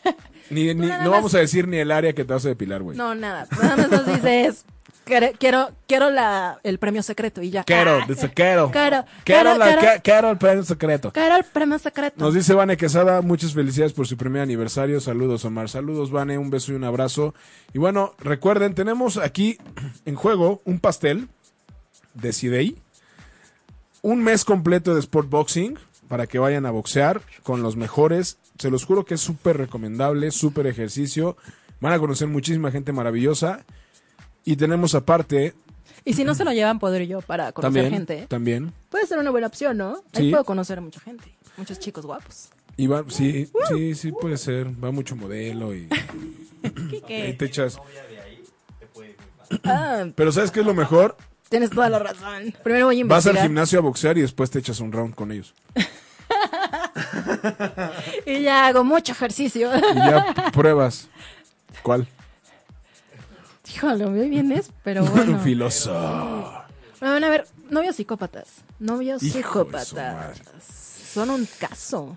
Speaker 6: ni, ni-
Speaker 4: nada
Speaker 6: no
Speaker 4: más-
Speaker 6: vamos a decir ni el área que te vas a depilar, güey.
Speaker 4: no, nada. Nada más nos dices, "Quere- quiero, quiero la, el premio secreto y ya.
Speaker 6: Quiero,
Speaker 4: Ah,
Speaker 6: dice quiero.
Speaker 4: Quiero,
Speaker 6: Quiero,
Speaker 4: quiero,
Speaker 6: la-
Speaker 4: quiero.
Speaker 6: que- quiero el premio secreto.
Speaker 4: Ah, quiero el premio secreto.
Speaker 6: Nos dice Vane Quesada, muchas felicidades por su primer aniversario. Saludos, Omar. Saludos, Vane. Un beso y un abrazo. Y bueno, recuerden, tenemos aquí en juego un pastel de Sidey. Un mes completo de Sport Boxing para que vayan a boxear con los mejores. Se los juro que es súper recomendable, súper ejercicio. Van a conocer muchísima gente maravillosa. Y tenemos aparte
Speaker 4: Y si no se lo llevan, podré yo para conocer
Speaker 6: también,
Speaker 4: gente. ¿eh?
Speaker 6: también
Speaker 4: Puede ser una buena opción, ¿no? Ahí
Speaker 6: Sí.
Speaker 4: puedo conocer a mucha gente. Muchos chicos guapos.
Speaker 6: Y va, sí, sí, sí puede ser. Va mucho modelo y, y ahí te echas.
Speaker 4: Ah,
Speaker 6: Pero ¿sabes qué es lo mejor?
Speaker 4: tienes toda la razón. Primero voy a
Speaker 6: Vas
Speaker 4: investigar.
Speaker 6: al gimnasio a boxear y después te echas un round con ellos.
Speaker 4: Y ya hago mucho ejercicio.
Speaker 6: Y ya pruebas. ¿Cuál?
Speaker 4: Híjole, muy bien es, pero bueno.
Speaker 6: Filoso.
Speaker 4: Bueno, van a ver, novios psicópatas. Novios
Speaker 6: Hijo de su
Speaker 4: psicópatas. Son un caso. ¿No?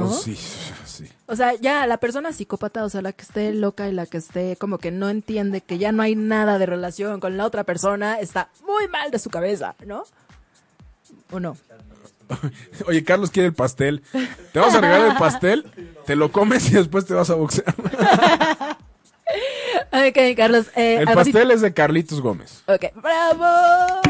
Speaker 6: No, Oh, sí, sí.
Speaker 4: O sea, ya la persona psicópata, o sea, la que esté loca y la que esté como que no entiende que ya no hay nada de relación con la otra persona, está muy mal de su cabeza, ¿no? ¿O no?
Speaker 6: Oye, Carlos quiere el pastel. Te vas a regalar el pastel, te lo comes y después te vas a boxear.
Speaker 4: Ok, Carlos. eh,
Speaker 6: El
Speaker 4: a ver si-
Speaker 6: pastel es de Carlitos Gómez.
Speaker 4: Ok, bravo.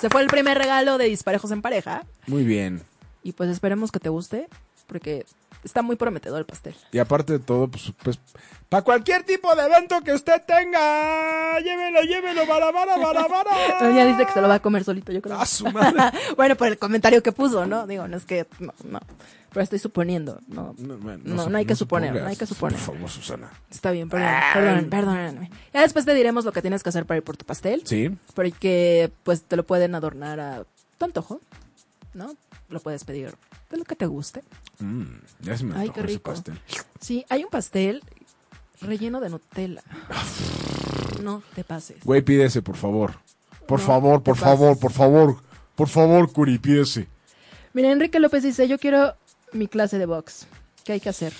Speaker 4: Se fue el primer regalo de Disparejos en Pareja.
Speaker 6: Muy bien.
Speaker 4: Y pues esperemos que te guste, porque está muy prometedor el pastel.
Speaker 6: Y aparte de todo, pues, pues para cualquier tipo de evento que usted tenga, llévelo, llévelo, vara, vara, vara, vara.
Speaker 4: Ya dice que se lo va a comer solito, yo creo. bueno, por el comentario que puso, ¿no? Digo, no es que. No, no. Pero estoy suponiendo, ¿no?
Speaker 6: No, bueno,
Speaker 4: No,
Speaker 6: sup-
Speaker 4: no hay que suponer,
Speaker 6: supongas.
Speaker 4: no hay que suponer.
Speaker 6: Por favor, Susana.
Speaker 4: Está bien, perdón,
Speaker 6: Ah.
Speaker 4: perdón, perdóname. Ya después te diremos lo que tienes que hacer para ir por tu pastel.
Speaker 6: Sí.
Speaker 4: Porque, pues, te lo pueden adornar a tu antojo, ¿no? Lo puedes pedir de lo que te guste.
Speaker 6: Mm, ya se me
Speaker 4: Ay,
Speaker 6: antojó
Speaker 4: qué
Speaker 6: ese
Speaker 4: rico.
Speaker 6: pastel.
Speaker 4: Sí, hay un pastel relleno de Nutella. No te pases.
Speaker 6: Güey, pídese, por favor. Por
Speaker 4: No,
Speaker 6: favor,
Speaker 4: te
Speaker 6: por
Speaker 4: pases.
Speaker 6: favor, por favor. Por favor, Curi, pídese.
Speaker 4: Mira, Enrique López dice, yo quiero mi clase de box. ¿Qué hay que hacer?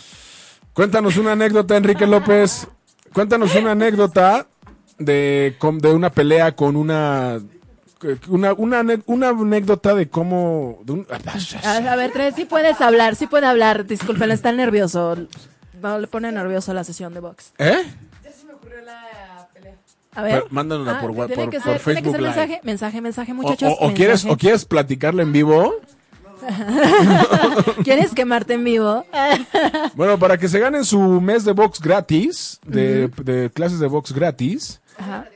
Speaker 6: Cuéntanos una anécdota, Enrique López. Cuéntanos una anécdota de, com- de una pelea con una una, una, ane- una anécdota de cómo. de un-
Speaker 4: A, a ver, tres, sí puedes hablar, sí puede hablar. Disculpen, está nervioso. No, le pone nervioso la sesión de box.
Speaker 6: ¿Eh?
Speaker 4: A ver. Ah,
Speaker 6: Pero mándanosla por wa-
Speaker 4: tiene
Speaker 6: por-
Speaker 4: que
Speaker 6: por
Speaker 4: ser- tiene que
Speaker 6: Facebook
Speaker 4: ser
Speaker 6: Live.
Speaker 4: mensaje, mensaje, mensaje,
Speaker 6: O-
Speaker 4: muchachos.
Speaker 6: o, o quieres, o
Speaker 4: mensaje.
Speaker 6: quieres platicarla en vivo.
Speaker 4: ¿Quieres quemarte en vivo?
Speaker 6: Bueno, para que se ganen su mes de box gratis, de, de clases de box gratis.
Speaker 4: Ajá.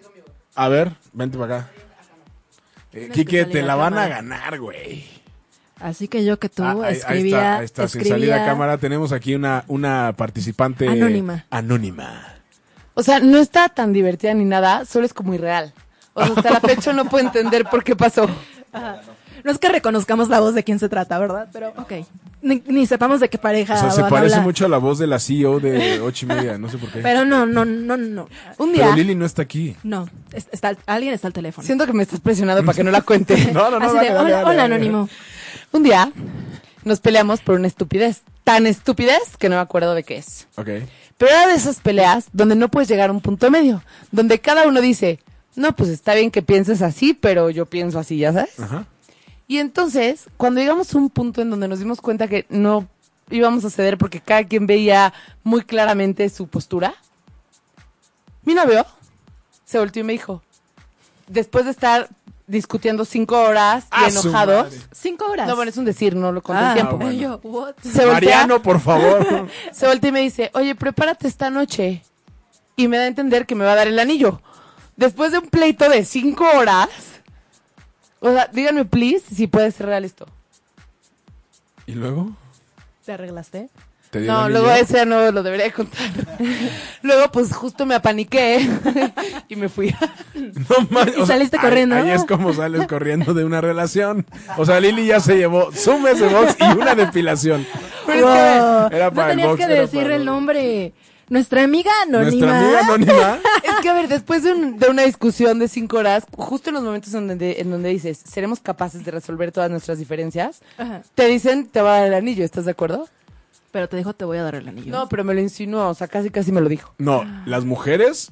Speaker 6: A ver, vente para acá. Eh,
Speaker 4: Tienes que
Speaker 6: Quique,
Speaker 4: salir
Speaker 6: te
Speaker 4: a
Speaker 6: la van a
Speaker 4: cámara.
Speaker 6: ganar, güey.
Speaker 4: Así que yo que tú
Speaker 6: Ah, ahí- ahí,
Speaker 4: escribía,
Speaker 6: está, ahí está. Sin salir a
Speaker 4: escribía-
Speaker 6: cámara tenemos aquí una, una participante
Speaker 4: Anónima.
Speaker 6: anónima.
Speaker 15: O sea, no está tan divertida ni nada, solo es como irreal. O sea, hasta la fecha no puedo entender por qué pasó.
Speaker 4: Ajá. No es que reconozcamos la voz de quién se trata, ¿verdad? Pero, ok. Ni, ni sepamos de qué pareja.
Speaker 6: O sea, se
Speaker 4: van a
Speaker 6: parece
Speaker 4: hablar.
Speaker 6: mucho a la voz de la CEO de ocho y media, no sé por qué.
Speaker 4: Pero no, no, no, no. Un
Speaker 6: Pero Lili no está aquí.
Speaker 4: No, es- está, alguien está al teléfono.
Speaker 15: Siento que me estás presionando para que no la cuente.
Speaker 6: No, no, no,
Speaker 4: Así
Speaker 6: dale,
Speaker 4: de,
Speaker 6: dale,
Speaker 4: hola,
Speaker 6: dale,
Speaker 4: hola,
Speaker 6: dale.
Speaker 4: anónimo.
Speaker 15: Un día nos peleamos por una estupidez. Tan estupidez que no me acuerdo de qué es.
Speaker 6: Ok.
Speaker 15: Pero era de esas peleas donde no puedes llegar a un punto medio. Donde cada uno dice, no, pues está bien que pienses así, pero yo pienso así, ya sabes.
Speaker 6: Ajá.
Speaker 15: Y entonces, cuando llegamos a un punto en donde nos dimos cuenta que no íbamos a ceder porque cada quien veía muy claramente su postura, mi novio se volteó y me dijo, después de estar discutiendo cinco horas y
Speaker 6: ¡Ah, su
Speaker 15: enojados,
Speaker 6: madre!
Speaker 4: Cinco horas.
Speaker 15: No, bueno, es un decir, no lo conté el
Speaker 4: Ah,
Speaker 15: tiempo.
Speaker 4: bueno. Y yo, what?
Speaker 15: Se voltea.
Speaker 6: Mariano, por favor.
Speaker 15: Se voltea y me dice, oye, prepárate esta noche. Y me da a entender que me va a dar el anillo. Después de un pleito de cinco horas. O sea, díganme, please, si puede ser real esto.
Speaker 6: ¿Y luego?
Speaker 4: ¿Te arreglaste?
Speaker 6: ¿Te dio el
Speaker 15: No,
Speaker 6: anillo?
Speaker 15: luego ese ya no lo debería de contar. luego, pues justo me apaniqué y me fui.
Speaker 6: No man-
Speaker 15: Y saliste
Speaker 6: ahí-
Speaker 15: corriendo.
Speaker 6: Ahí, es como sales corriendo de una relación. O sea, Lili ya se llevó su mes de box y una depilación.
Speaker 4: Pero es que, a ver,
Speaker 6: Era
Speaker 4: no
Speaker 6: para el
Speaker 4: tenías
Speaker 6: box,
Speaker 4: que
Speaker 6: era
Speaker 4: decir
Speaker 6: para
Speaker 4: el nombre. Nuestra amiga anónima.
Speaker 6: Nuestra amiga anónima.
Speaker 15: es que, a ver, después de, un- de una discusión de cinco horas, justo en los momentos en donde, en donde dices, ¿seremos capaces de resolver todas nuestras diferencias?
Speaker 4: Ajá.
Speaker 15: Te dicen, te va a dar el anillo, ¿estás de acuerdo?
Speaker 4: Pero te dijo, te voy a dar el anillo.
Speaker 15: No, pero me lo insinuó, o sea, casi casi me lo dijo.
Speaker 6: No, las mujeres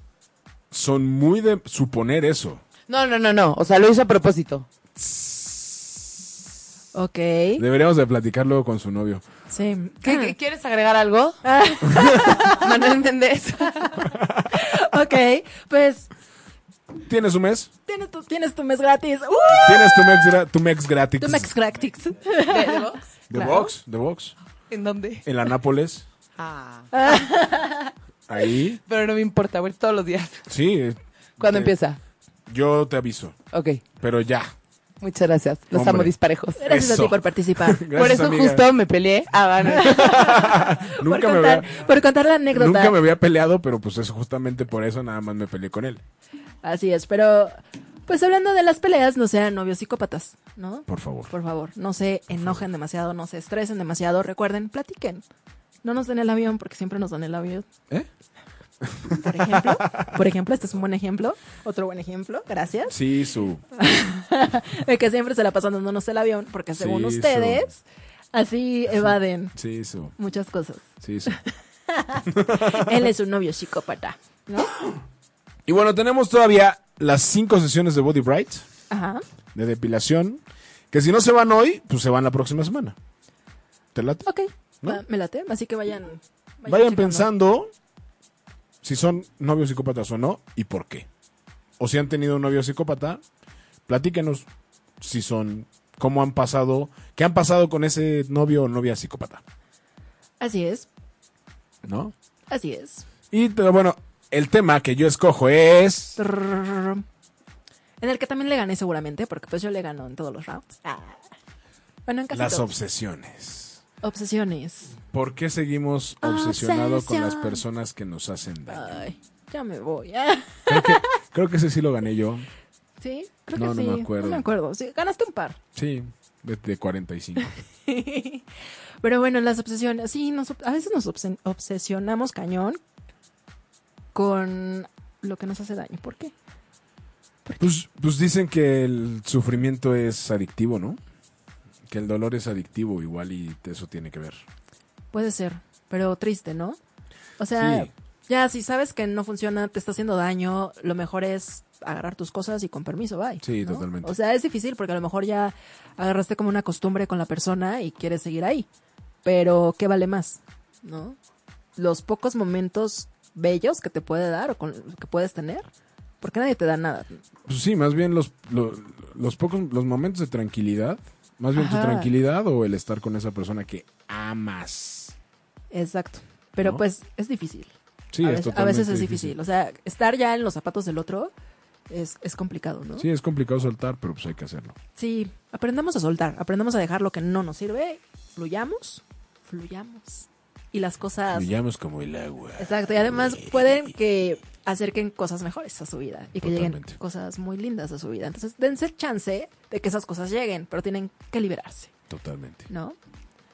Speaker 6: son muy de suponer eso.
Speaker 15: No, no, no, no, o sea, lo hizo a propósito.
Speaker 4: Ok.
Speaker 6: Deberíamos de platicar luego con su novio.
Speaker 4: Sí. Ah.
Speaker 15: ¿Qué- qué- ¿Quieres agregar algo? Manuel entendés?
Speaker 4: ok, pues
Speaker 6: ¿Tienes un mes?
Speaker 4: tienes tu, tienes tu mes gratis. ¡Uh!
Speaker 6: ¿Tienes tu mex, gra- tu mex gratis?
Speaker 4: Tu mes gratis. ¿De, box?
Speaker 6: ¿De box? ¿De box?
Speaker 15: ¿En dónde?
Speaker 6: En la Nápoles.
Speaker 15: Ah.
Speaker 6: Ahí.
Speaker 15: pero no me importa, voy todos los días.
Speaker 6: Sí. eh,
Speaker 15: ¿Cuándo
Speaker 6: eh,
Speaker 15: empieza?
Speaker 6: Yo te aviso.
Speaker 15: Ok,
Speaker 6: Pero ya.
Speaker 15: muchas gracias. Los
Speaker 6: Hombre.
Speaker 15: amo disparejos.
Speaker 4: Gracias a
Speaker 6: Eso.
Speaker 4: ti por participar.
Speaker 6: Gracias,
Speaker 15: Por eso
Speaker 6: amiga.
Speaker 15: justo me peleé. Ah, bueno.
Speaker 4: por,
Speaker 6: Nunca me,
Speaker 4: contar,
Speaker 6: había,
Speaker 4: por contar la anécdota.
Speaker 6: nunca me había peleado, pero pues es justamente por eso nada más me peleé con él.
Speaker 4: Así es, pero pues hablando de las peleas, no sean novios psicópatas, ¿no?
Speaker 6: Por favor.
Speaker 4: Por favor, no se enojen demasiado, no se estresen demasiado. Recuerden, platiquen. No nos den el avión porque siempre nos dan el avión.
Speaker 6: ¿Eh?
Speaker 4: Por ejemplo, por ejemplo, este es un buen ejemplo. Otro buen ejemplo, gracias.
Speaker 6: Sí, su.
Speaker 4: De que siempre se la pasan dándonos el avión porque según
Speaker 6: Sí,
Speaker 4: ustedes, así evaden
Speaker 6: Sí, su.
Speaker 4: muchas cosas.
Speaker 6: Sí, su.
Speaker 4: Él es un novio psicópata, ¿no?
Speaker 6: Y bueno, tenemos todavía las cinco sesiones de Body Bright,
Speaker 4: Ajá.
Speaker 6: de depilación, que si no se van hoy, pues se van la próxima semana. ¿Te late?
Speaker 4: Ok, va, me late, así que vayan.
Speaker 6: Vayan, pensando si son novios psicópatas o no y por qué. O si han tenido un novio psicópata, platíquenos si son, cómo han pasado, qué han pasado con ese novio o novia psicópata,
Speaker 4: Así es,
Speaker 6: ¿no?
Speaker 4: así es.
Speaker 6: Y pero bueno, el tema que yo escojo es...
Speaker 4: Trrrrrrrr. En el que también le gané seguramente, porque pues yo le gano en todos los rounds. Ah. Bueno, en casi
Speaker 6: Las
Speaker 4: todos.
Speaker 6: obsesiones.
Speaker 4: obsesiones.
Speaker 6: ¿Por qué seguimos obsesionados con las
Speaker 4: Obsesión.
Speaker 6: personas que nos hacen daño?
Speaker 4: Ay, ya me voy.
Speaker 6: Creo que, creo que ese sí lo gané yo.
Speaker 4: ¿Sí? Creo
Speaker 6: No,
Speaker 4: que
Speaker 6: no
Speaker 4: sí.
Speaker 6: me acuerdo.
Speaker 4: No me acuerdo. Sí, ganaste un par.
Speaker 6: Sí, de, de 45.
Speaker 4: Pero bueno, las obsesiones. Sí, nos ob- a veces nos obsen- obsesionamos cañón con lo que nos hace daño. ¿Por qué?
Speaker 6: Pues, pues dicen que el sufrimiento es adictivo, ¿no? Que el dolor es adictivo igual y eso tiene que ver.
Speaker 4: Puede ser, pero triste, ¿no? O sea,
Speaker 6: Sí.
Speaker 4: ya si sabes que no funciona, te está haciendo daño, lo mejor es agarrar tus cosas y con permiso, bye.
Speaker 6: Sí,
Speaker 4: ¿no?
Speaker 6: totalmente.
Speaker 4: O sea, es difícil porque a lo mejor ya agarraste como una costumbre con la persona y quieres seguir ahí. Pero, ¿qué vale más? ¿No? Los pocos momentos bellos que te puede dar o con, que puedes tener, porque nadie te da nada.
Speaker 6: Pues sí, más bien los, lo- los, pocos, los momentos de tranquilidad. Más bien tu
Speaker 4: Ajá.
Speaker 6: tranquilidad o el estar con esa persona que amas.
Speaker 4: Exacto. Pero
Speaker 6: ¿No?
Speaker 4: pues es difícil.
Speaker 6: Sí,
Speaker 4: a
Speaker 6: es
Speaker 4: veces, a
Speaker 6: totalmente
Speaker 4: veces es difícil.
Speaker 6: difícil.
Speaker 4: O sea, estar ya en los zapatos del otro es, es complicado, ¿no?
Speaker 6: Sí, es complicado soltar, pero pues hay que hacerlo.
Speaker 4: Sí, aprendamos a soltar, aprendamos a dejar lo que no nos sirve, fluyamos, fluyamos. Y las cosas...
Speaker 6: Brillamos como el agua.
Speaker 4: Ah, Exacto, y además pueden que acerquen cosas mejores a su vida y que lleguen cosas muy lindas a su vida. Entonces, dense el chance de que esas cosas lleguen, pero tienen que liberarse,
Speaker 6: Totalmente.
Speaker 4: ¿no?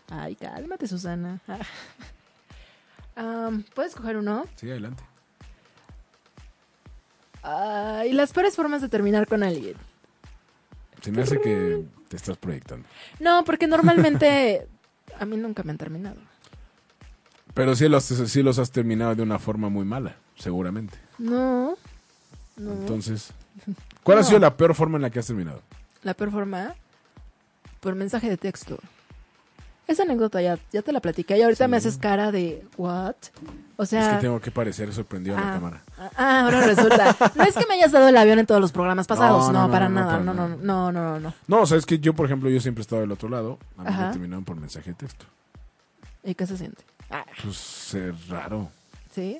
Speaker 4: Ay, cálmate, Susana. Am, ¿Puedes coger uno?
Speaker 6: Sí, adelante.
Speaker 4: Ay, las peores formas de terminar con alguien.
Speaker 6: Se me hace que te estás proyectando.
Speaker 4: No, porque normalmente a mí nunca me han terminado.
Speaker 6: Pero sí los, sí los has terminado de una forma muy mala, seguramente.
Speaker 4: No. No.
Speaker 6: Entonces, ¿cuál ha
Speaker 4: No.
Speaker 6: sido la peor forma en la que has terminado?
Speaker 4: La peor forma, por mensaje de texto. Esa anécdota ya, ya te la platiqué y ahorita me haces cara de, ¿what? O sea...
Speaker 6: es que tengo que parecer sorprendido a la
Speaker 4: ah,
Speaker 6: cámara.
Speaker 4: ah, ah, ahora resulta. No es que me hayas dado el avión en todos los programas pasados, no,
Speaker 6: No, no, no,
Speaker 4: para
Speaker 6: no,
Speaker 4: nada,
Speaker 6: para
Speaker 4: no, no,
Speaker 6: nada.
Speaker 4: no, no, no.
Speaker 6: No, o sea, es que yo, por ejemplo, yo siempre he estado del otro lado. A mí
Speaker 4: Ajá.
Speaker 6: me terminaron por mensaje de texto.
Speaker 4: ¿Y qué se siente? Ah,
Speaker 6: Pues es raro.
Speaker 4: ¿Sí?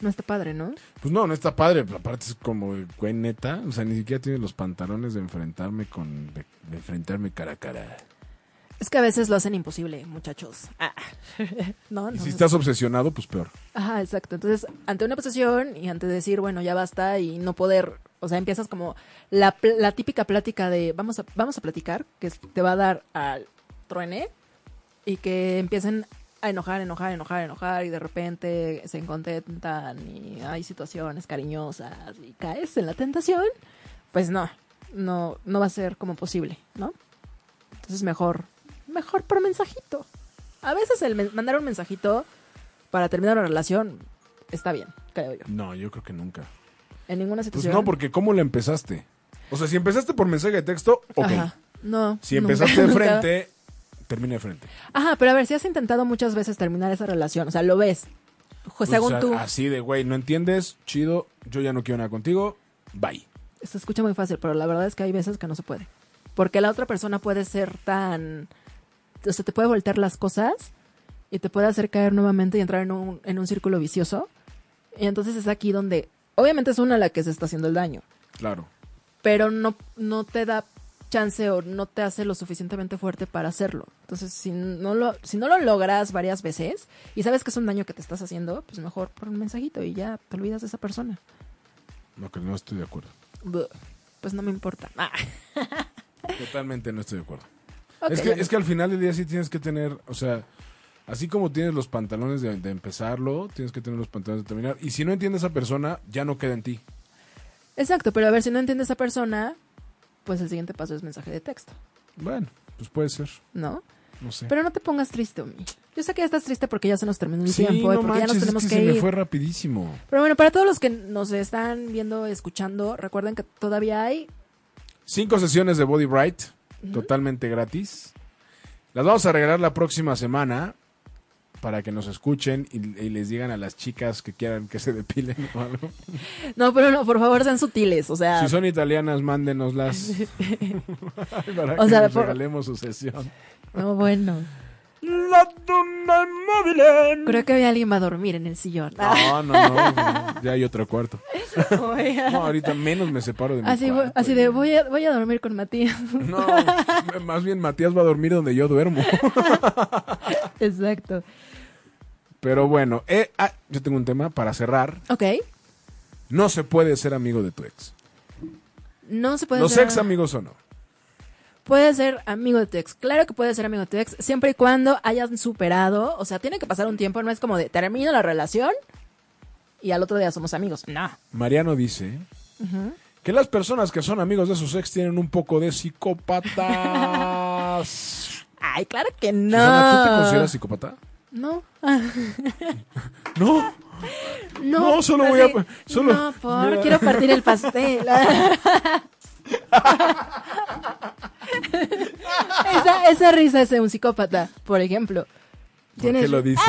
Speaker 4: No está padre, ¿no?
Speaker 6: Pues no, no está padre. pero Aparte es como, güey, neta. O sea, ni siquiera tienes los pantalones de enfrentarme con... De, de enfrentarme cara a cara.
Speaker 4: Es que a veces lo hacen imposible, muchachos. Ah. No,
Speaker 6: Y
Speaker 4: no.
Speaker 6: si estás obsesionado, pues peor.
Speaker 4: Ajá, exacto. Entonces, ante una posesión y ante decir, bueno, ya basta y no poder, o sea, empiezas como la, pl- la típica plática de vamos a, vamos a platicar, que es- te va a dar al truene y que empiecen a enojar, enojar, enojar, enojar y de repente se encontentan y hay situaciones cariñosas y caes en la tentación, pues no, no, no va a ser como posible, ¿no? Entonces mejor, mejor por mensajito. A veces el men- mandar un mensajito para terminar una relación está bien, creo yo.
Speaker 6: No, yo creo que nunca.
Speaker 4: En ninguna
Speaker 6: Pues
Speaker 4: situación.
Speaker 6: no, porque ¿cómo la empezaste? O sea, si empezaste por mensaje de texto, ok.
Speaker 4: Ajá. No.
Speaker 6: Si
Speaker 4: nunca,
Speaker 6: empezaste de
Speaker 4: nunca.
Speaker 6: frente, termina de frente.
Speaker 4: Ajá, pero a ver, si has intentado muchas veces terminar esa relación, o sea, lo ves. Jo-
Speaker 6: Pues,
Speaker 4: según
Speaker 6: o sea,
Speaker 4: tú,
Speaker 6: Así de, güey, no entiendes, chido, yo ya no quiero nada contigo, bye.
Speaker 4: se escucha muy fácil, pero la verdad es que hay veces que no se puede. Porque la otra persona puede ser tan... O sea, te puede voltear las cosas y te puede hacer caer nuevamente y entrar en un, en un círculo vicioso. Y entonces es aquí donde... Obviamente es una la que se está haciendo el daño.
Speaker 6: Claro.
Speaker 4: pero no, no te da chance o no te hace lo suficientemente fuerte para hacerlo. Entonces, si no lo, si no lo logras varias veces y sabes que es un daño que te estás haciendo, pues mejor por un mensajito y ya te olvidas de esa persona.
Speaker 6: No, que no estoy de acuerdo.
Speaker 4: Buh, Pues no me importa. Ah,
Speaker 6: Totalmente no estoy de acuerdo.
Speaker 4: Ok,
Speaker 6: es, que,
Speaker 4: bueno.
Speaker 6: es que al final del día sí tienes que tener, o sea, así como tienes los pantalones de, de empezarlo, tienes que tener los pantalones de terminar. Y si no entiendes a esa persona, ya no queda en ti.
Speaker 4: Exacto, pero a ver, si no entiende esa persona, pues el siguiente paso es mensaje de texto,
Speaker 6: Bueno, pues puede ser.
Speaker 4: ¿no?
Speaker 6: No sé.
Speaker 4: Pero no te pongas triste, Omi. Yo sé que ya estás triste porque ya se nos terminó el
Speaker 6: Sí,
Speaker 4: tiempo y
Speaker 6: no
Speaker 4: porque ya
Speaker 6: manches,
Speaker 4: nos
Speaker 6: es
Speaker 4: tenemos
Speaker 6: que
Speaker 4: que,
Speaker 6: se
Speaker 4: ir.
Speaker 6: me fue rapidísimo.
Speaker 4: Pero bueno, para todos los que nos están viendo, escuchando, recuerden que todavía hay
Speaker 6: Cinco sesiones de Body Bright, totalmente gratis. Las vamos a regalar la próxima semana para que nos escuchen y, y les digan a las chicas que quieran que se depilen o algo.
Speaker 4: No, pero no, por favor, sean sutiles, o sea,
Speaker 6: Si son italianas, mándenoslas para
Speaker 4: O
Speaker 6: que
Speaker 4: sea,
Speaker 6: les
Speaker 4: por-
Speaker 6: regalemos su sesión.
Speaker 4: no, bueno. Creo que había alguien va a dormir en el sillón.
Speaker 6: No, no, no, ya hay otro cuarto.
Speaker 4: Oiga.
Speaker 6: Ah, No, ahorita menos me separo de mi
Speaker 4: así, voy-
Speaker 6: cuarto.
Speaker 4: así de, voy a, voy a dormir con Matías.
Speaker 6: No, más bien Matías va a dormir donde yo duermo.
Speaker 4: Exacto.
Speaker 6: Pero bueno, eh, ah, yo tengo un tema para cerrar.
Speaker 4: Ok,
Speaker 6: No se puede ser amigo de tu ex.
Speaker 4: no se puede
Speaker 6: Los
Speaker 4: ser...
Speaker 6: ex amigos o no.
Speaker 4: Puede ser amigo de tu ex. Claro que puede ser amigo de tu ex, siempre y cuando hayan superado. O sea, tiene que pasar un tiempo. No es como de termino la relación y al otro día somos amigos. No.
Speaker 6: Mariano dice
Speaker 4: Ujú.
Speaker 6: que las personas que son amigos de sus ex tienen un poco de psicópatas.
Speaker 4: Ay, claro que no. Ah,
Speaker 6: Susana, ¿Tú te consideras psicópata?
Speaker 4: No.
Speaker 6: No.
Speaker 4: no.
Speaker 6: No, solo voy
Speaker 4: Así,
Speaker 6: a- solo-
Speaker 4: No, por,
Speaker 6: Mira.
Speaker 4: quiero partir el pastel. esa, esa risa es de un psicópata, por ejemplo.
Speaker 6: ¿Por qué
Speaker 4: Tienes- Ah.
Speaker 6: lo dices?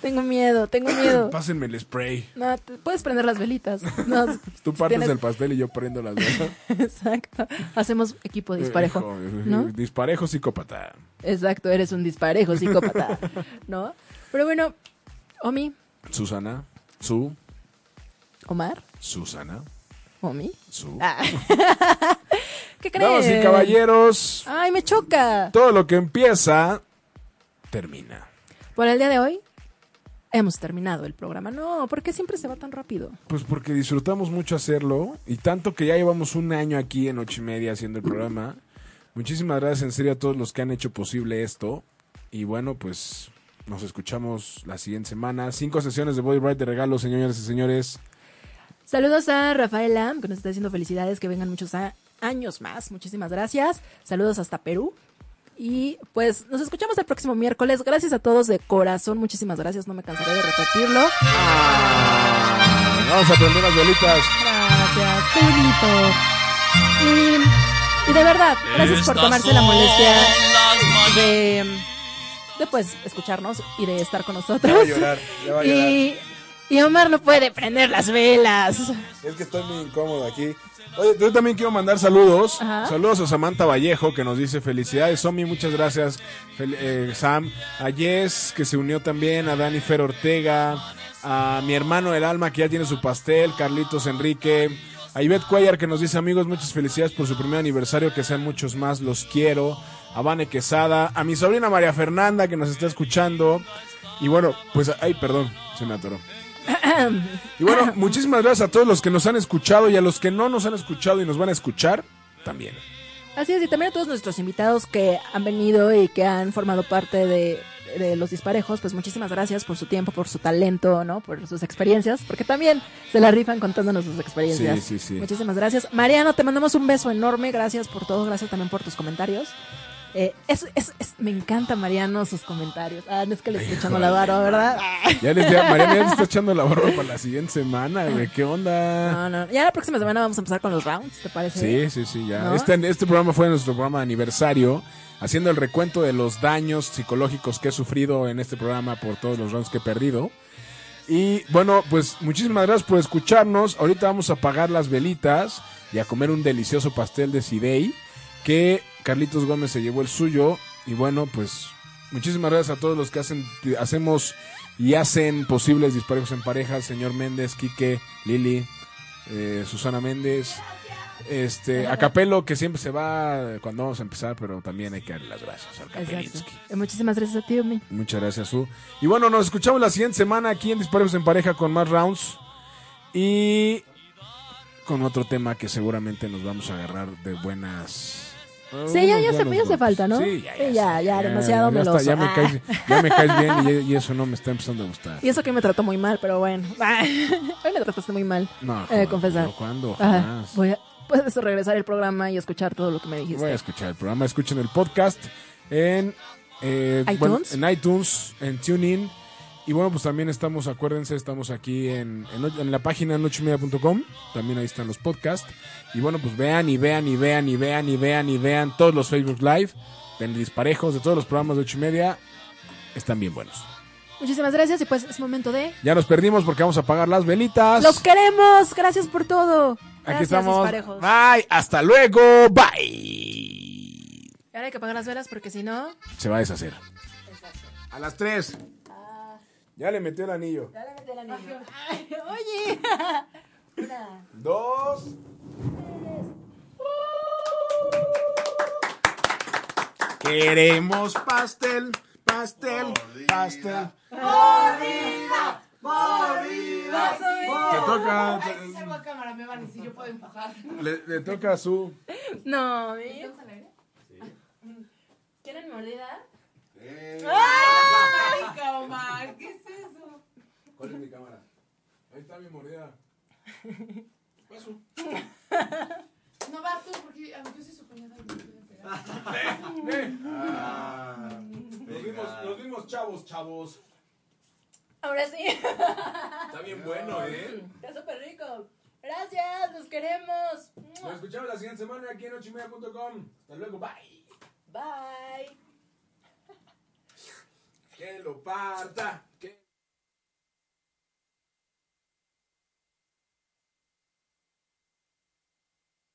Speaker 4: Tengo miedo, tengo miedo.
Speaker 6: Pásenme el spray.
Speaker 4: No, te- puedes prender las velitas. No,
Speaker 6: Tú partes
Speaker 4: tienes-
Speaker 6: el pastel y yo prendo las velas.
Speaker 4: Exacto. Hacemos equipo disparejo.
Speaker 6: Hijo,
Speaker 4: ¿no?
Speaker 6: Disparejo psicópata.
Speaker 4: Exacto, eres un disparejo psicópata. ¿No? Pero bueno, Omi,
Speaker 6: Susana, su,
Speaker 4: Omar,
Speaker 6: Susana,
Speaker 4: Omi.
Speaker 6: su.
Speaker 4: Ah. ¿Qué crees?
Speaker 6: Damas y caballeros,
Speaker 4: Ay, me choca.
Speaker 6: todo lo que empieza termina.
Speaker 4: Por el día de hoy hemos terminado el programa. No, ¿por qué siempre se va tan rápido?
Speaker 6: Pues porque disfrutamos mucho hacerlo y tanto que ya llevamos un año aquí en ocho y media haciendo el programa. Muchísimas gracias en serio a todos los que han hecho posible esto. Y bueno, pues nos escuchamos la siguiente semana. Cinco sesiones de Body Bright de regalos, señores y señores.
Speaker 4: Saludos a Rafael Lam, que nos está diciendo felicidades, que vengan muchos a- años más. Muchísimas gracias. Saludos hasta Perú. Y pues nos escuchamos el próximo miércoles. Gracias a todos de corazón. Muchísimas gracias. No me cansaré de repetirlo.
Speaker 6: Vamos a prender las velitas.
Speaker 4: Gracias. Qué bonito. Y, y de verdad, gracias por tomarse la molestia de, de pues escucharnos y de estar con nosotros.
Speaker 6: Ya va a llorar, ya va a
Speaker 4: y, y Omar no puede prender las velas.
Speaker 6: Es que estoy muy incómodo aquí. Oye, yo también quiero mandar saludos.
Speaker 4: Ajá.
Speaker 6: Saludos a Samantha Vallejo que nos dice felicidades, Somi, muchas gracias, Fel- eh, Sam. A Jess que se unió también, a Dani Fer Ortega, a mi hermano El Alma que ya tiene su pastel, Carlitos Enrique, a Ivette Cuellar que nos dice amigos, muchas felicidades por su primer aniversario, que sean muchos más, los quiero. A Vane Quesada, a mi sobrina María Fernanda que nos está escuchando. Y bueno, pues, ay, perdón, se me atoró. Y bueno, muchísimas gracias a todos los que nos han escuchado y a los que no nos han escuchado y nos van a escuchar también.
Speaker 4: Así es, y también a todos nuestros invitados que han venido y que han formado parte de, de los disparejos, pues muchísimas gracias por su tiempo, por su talento, ¿no? Por sus experiencias, porque también se la rifan contándonos sus experiencias.
Speaker 6: Sí, sí, sí.
Speaker 4: Muchísimas gracias. Mariano, te mandamos un beso enorme, gracias por todo, gracias también por tus comentarios. Eh, es, es- es- me encanta Mariano sus comentarios. Ah, no es que le estoy echando la barba, ¿verdad?
Speaker 6: Ah,
Speaker 4: Ah,
Speaker 6: Ya les ya, Mariana ya les está echando la barba para la siguiente semana, güey. ¿Qué onda?
Speaker 4: No, no, ya la próxima semana vamos a empezar con los rounds, ¿te parece?
Speaker 6: Sí, sí, sí, ya.
Speaker 4: ¿No?
Speaker 6: Este, este programa fue nuestro programa de aniversario, haciendo el recuento de los daños psicológicos que he sufrido en este programa por todos los rounds que he perdido. Y bueno, pues muchísimas gracias por escucharnos. Ahorita vamos a apagar las velitas y a comer un delicioso pastel de Sidey que Carlitos Gómez se llevó el suyo. Y bueno, pues muchísimas gracias a todos los que hacen, hacemos y hacen posibles disparejos en pareja. Señor Méndez, Quique, Lili, eh, Susana Méndez. Este, a Capelo, que siempre se va cuando vamos a empezar, pero también hay que darle las gracias al
Speaker 4: Exacto.
Speaker 6: Capelinsky.
Speaker 4: Eh, Muchísimas gracias a ti, Omi.
Speaker 6: Muchas gracias, Su. Y bueno, nos escuchamos la siguiente semana aquí en Disparos en Pareja con más rounds. Y con otro tema que seguramente nos vamos a agarrar de buenas.
Speaker 4: Sí, ya,
Speaker 6: unos
Speaker 4: ya, se, ya
Speaker 6: buenos
Speaker 4: hace
Speaker 6: golpes.
Speaker 4: falta, ¿no?
Speaker 6: Sí, ya, ya.
Speaker 4: ya, ya, demasiado
Speaker 6: ya
Speaker 4: meloso.
Speaker 6: está, ya me
Speaker 4: Ah.
Speaker 6: caes, ya me caes bien y, y eso no me está empezando a gustar.
Speaker 4: Y eso que me trató muy mal, pero bueno. Hoy me trataste muy mal.
Speaker 6: No,
Speaker 4: he de Eh,
Speaker 6: jamás,
Speaker 4: confesar.
Speaker 6: no, ¿cuándo?
Speaker 4: Ajá.
Speaker 6: Jamás.
Speaker 4: Voy a, puedes regresar el programa y escuchar todo lo que me dijiste.
Speaker 6: Voy a escuchar el programa, escuchen el podcast en, eh,
Speaker 4: ¿iTunes?
Speaker 6: bueno, en iTunes, en TuneIn. Y bueno, pues también estamos, acuérdense, estamos aquí en, en, och- en la página nochemedia.com. También ahí están los podcasts. Y bueno, pues vean y vean y vean y vean y vean y vean todos los Facebook Live, de disparejos, de todos los programas de ocho y media. Están bien buenos.
Speaker 4: Muchísimas gracias y pues es momento de...
Speaker 6: Ya nos perdimos porque vamos a apagar las velitas.
Speaker 4: ¡Los queremos! Gracias por todo.
Speaker 6: Aquí
Speaker 4: Gracias,
Speaker 6: estamos.
Speaker 4: disparejos.
Speaker 6: Bye, hasta luego. Bye.
Speaker 4: Y ahora hay que apagar las velas porque si no...
Speaker 6: Se va a deshacer. A las 3. Ya le metió el anillo.
Speaker 4: Oye.
Speaker 6: Dos. Queremos pastel, pastel, pastel.
Speaker 9: ¡Mordida! ¡Mordida!
Speaker 6: Te toca, te- Ay, si
Speaker 15: salgo a cámara, me van a decir, yo puedo empujar.
Speaker 6: Le, le toca a su.
Speaker 4: No, ¿eh? ¿Quieren mordida?
Speaker 6: Eh.
Speaker 15: ¡Ay, cama! ¿Qué es eso?
Speaker 6: ¿Cuál es mi cámara? Ahí está mi mordida. Paso.
Speaker 15: No vas tú, porque a mí yo soy su cuñada y me voy a pegar.
Speaker 6: Ve, ve. Los mismos, los mismos chavos, chavos.
Speaker 4: Ahora sí.
Speaker 6: Está bien bueno, ¿eh?
Speaker 4: Está súper rico. Gracias, los queremos.
Speaker 6: Nos escuchamos la siguiente semana aquí en ochimedia.com. Hasta luego, bye.
Speaker 4: Bye.
Speaker 6: Que lo parta. Que...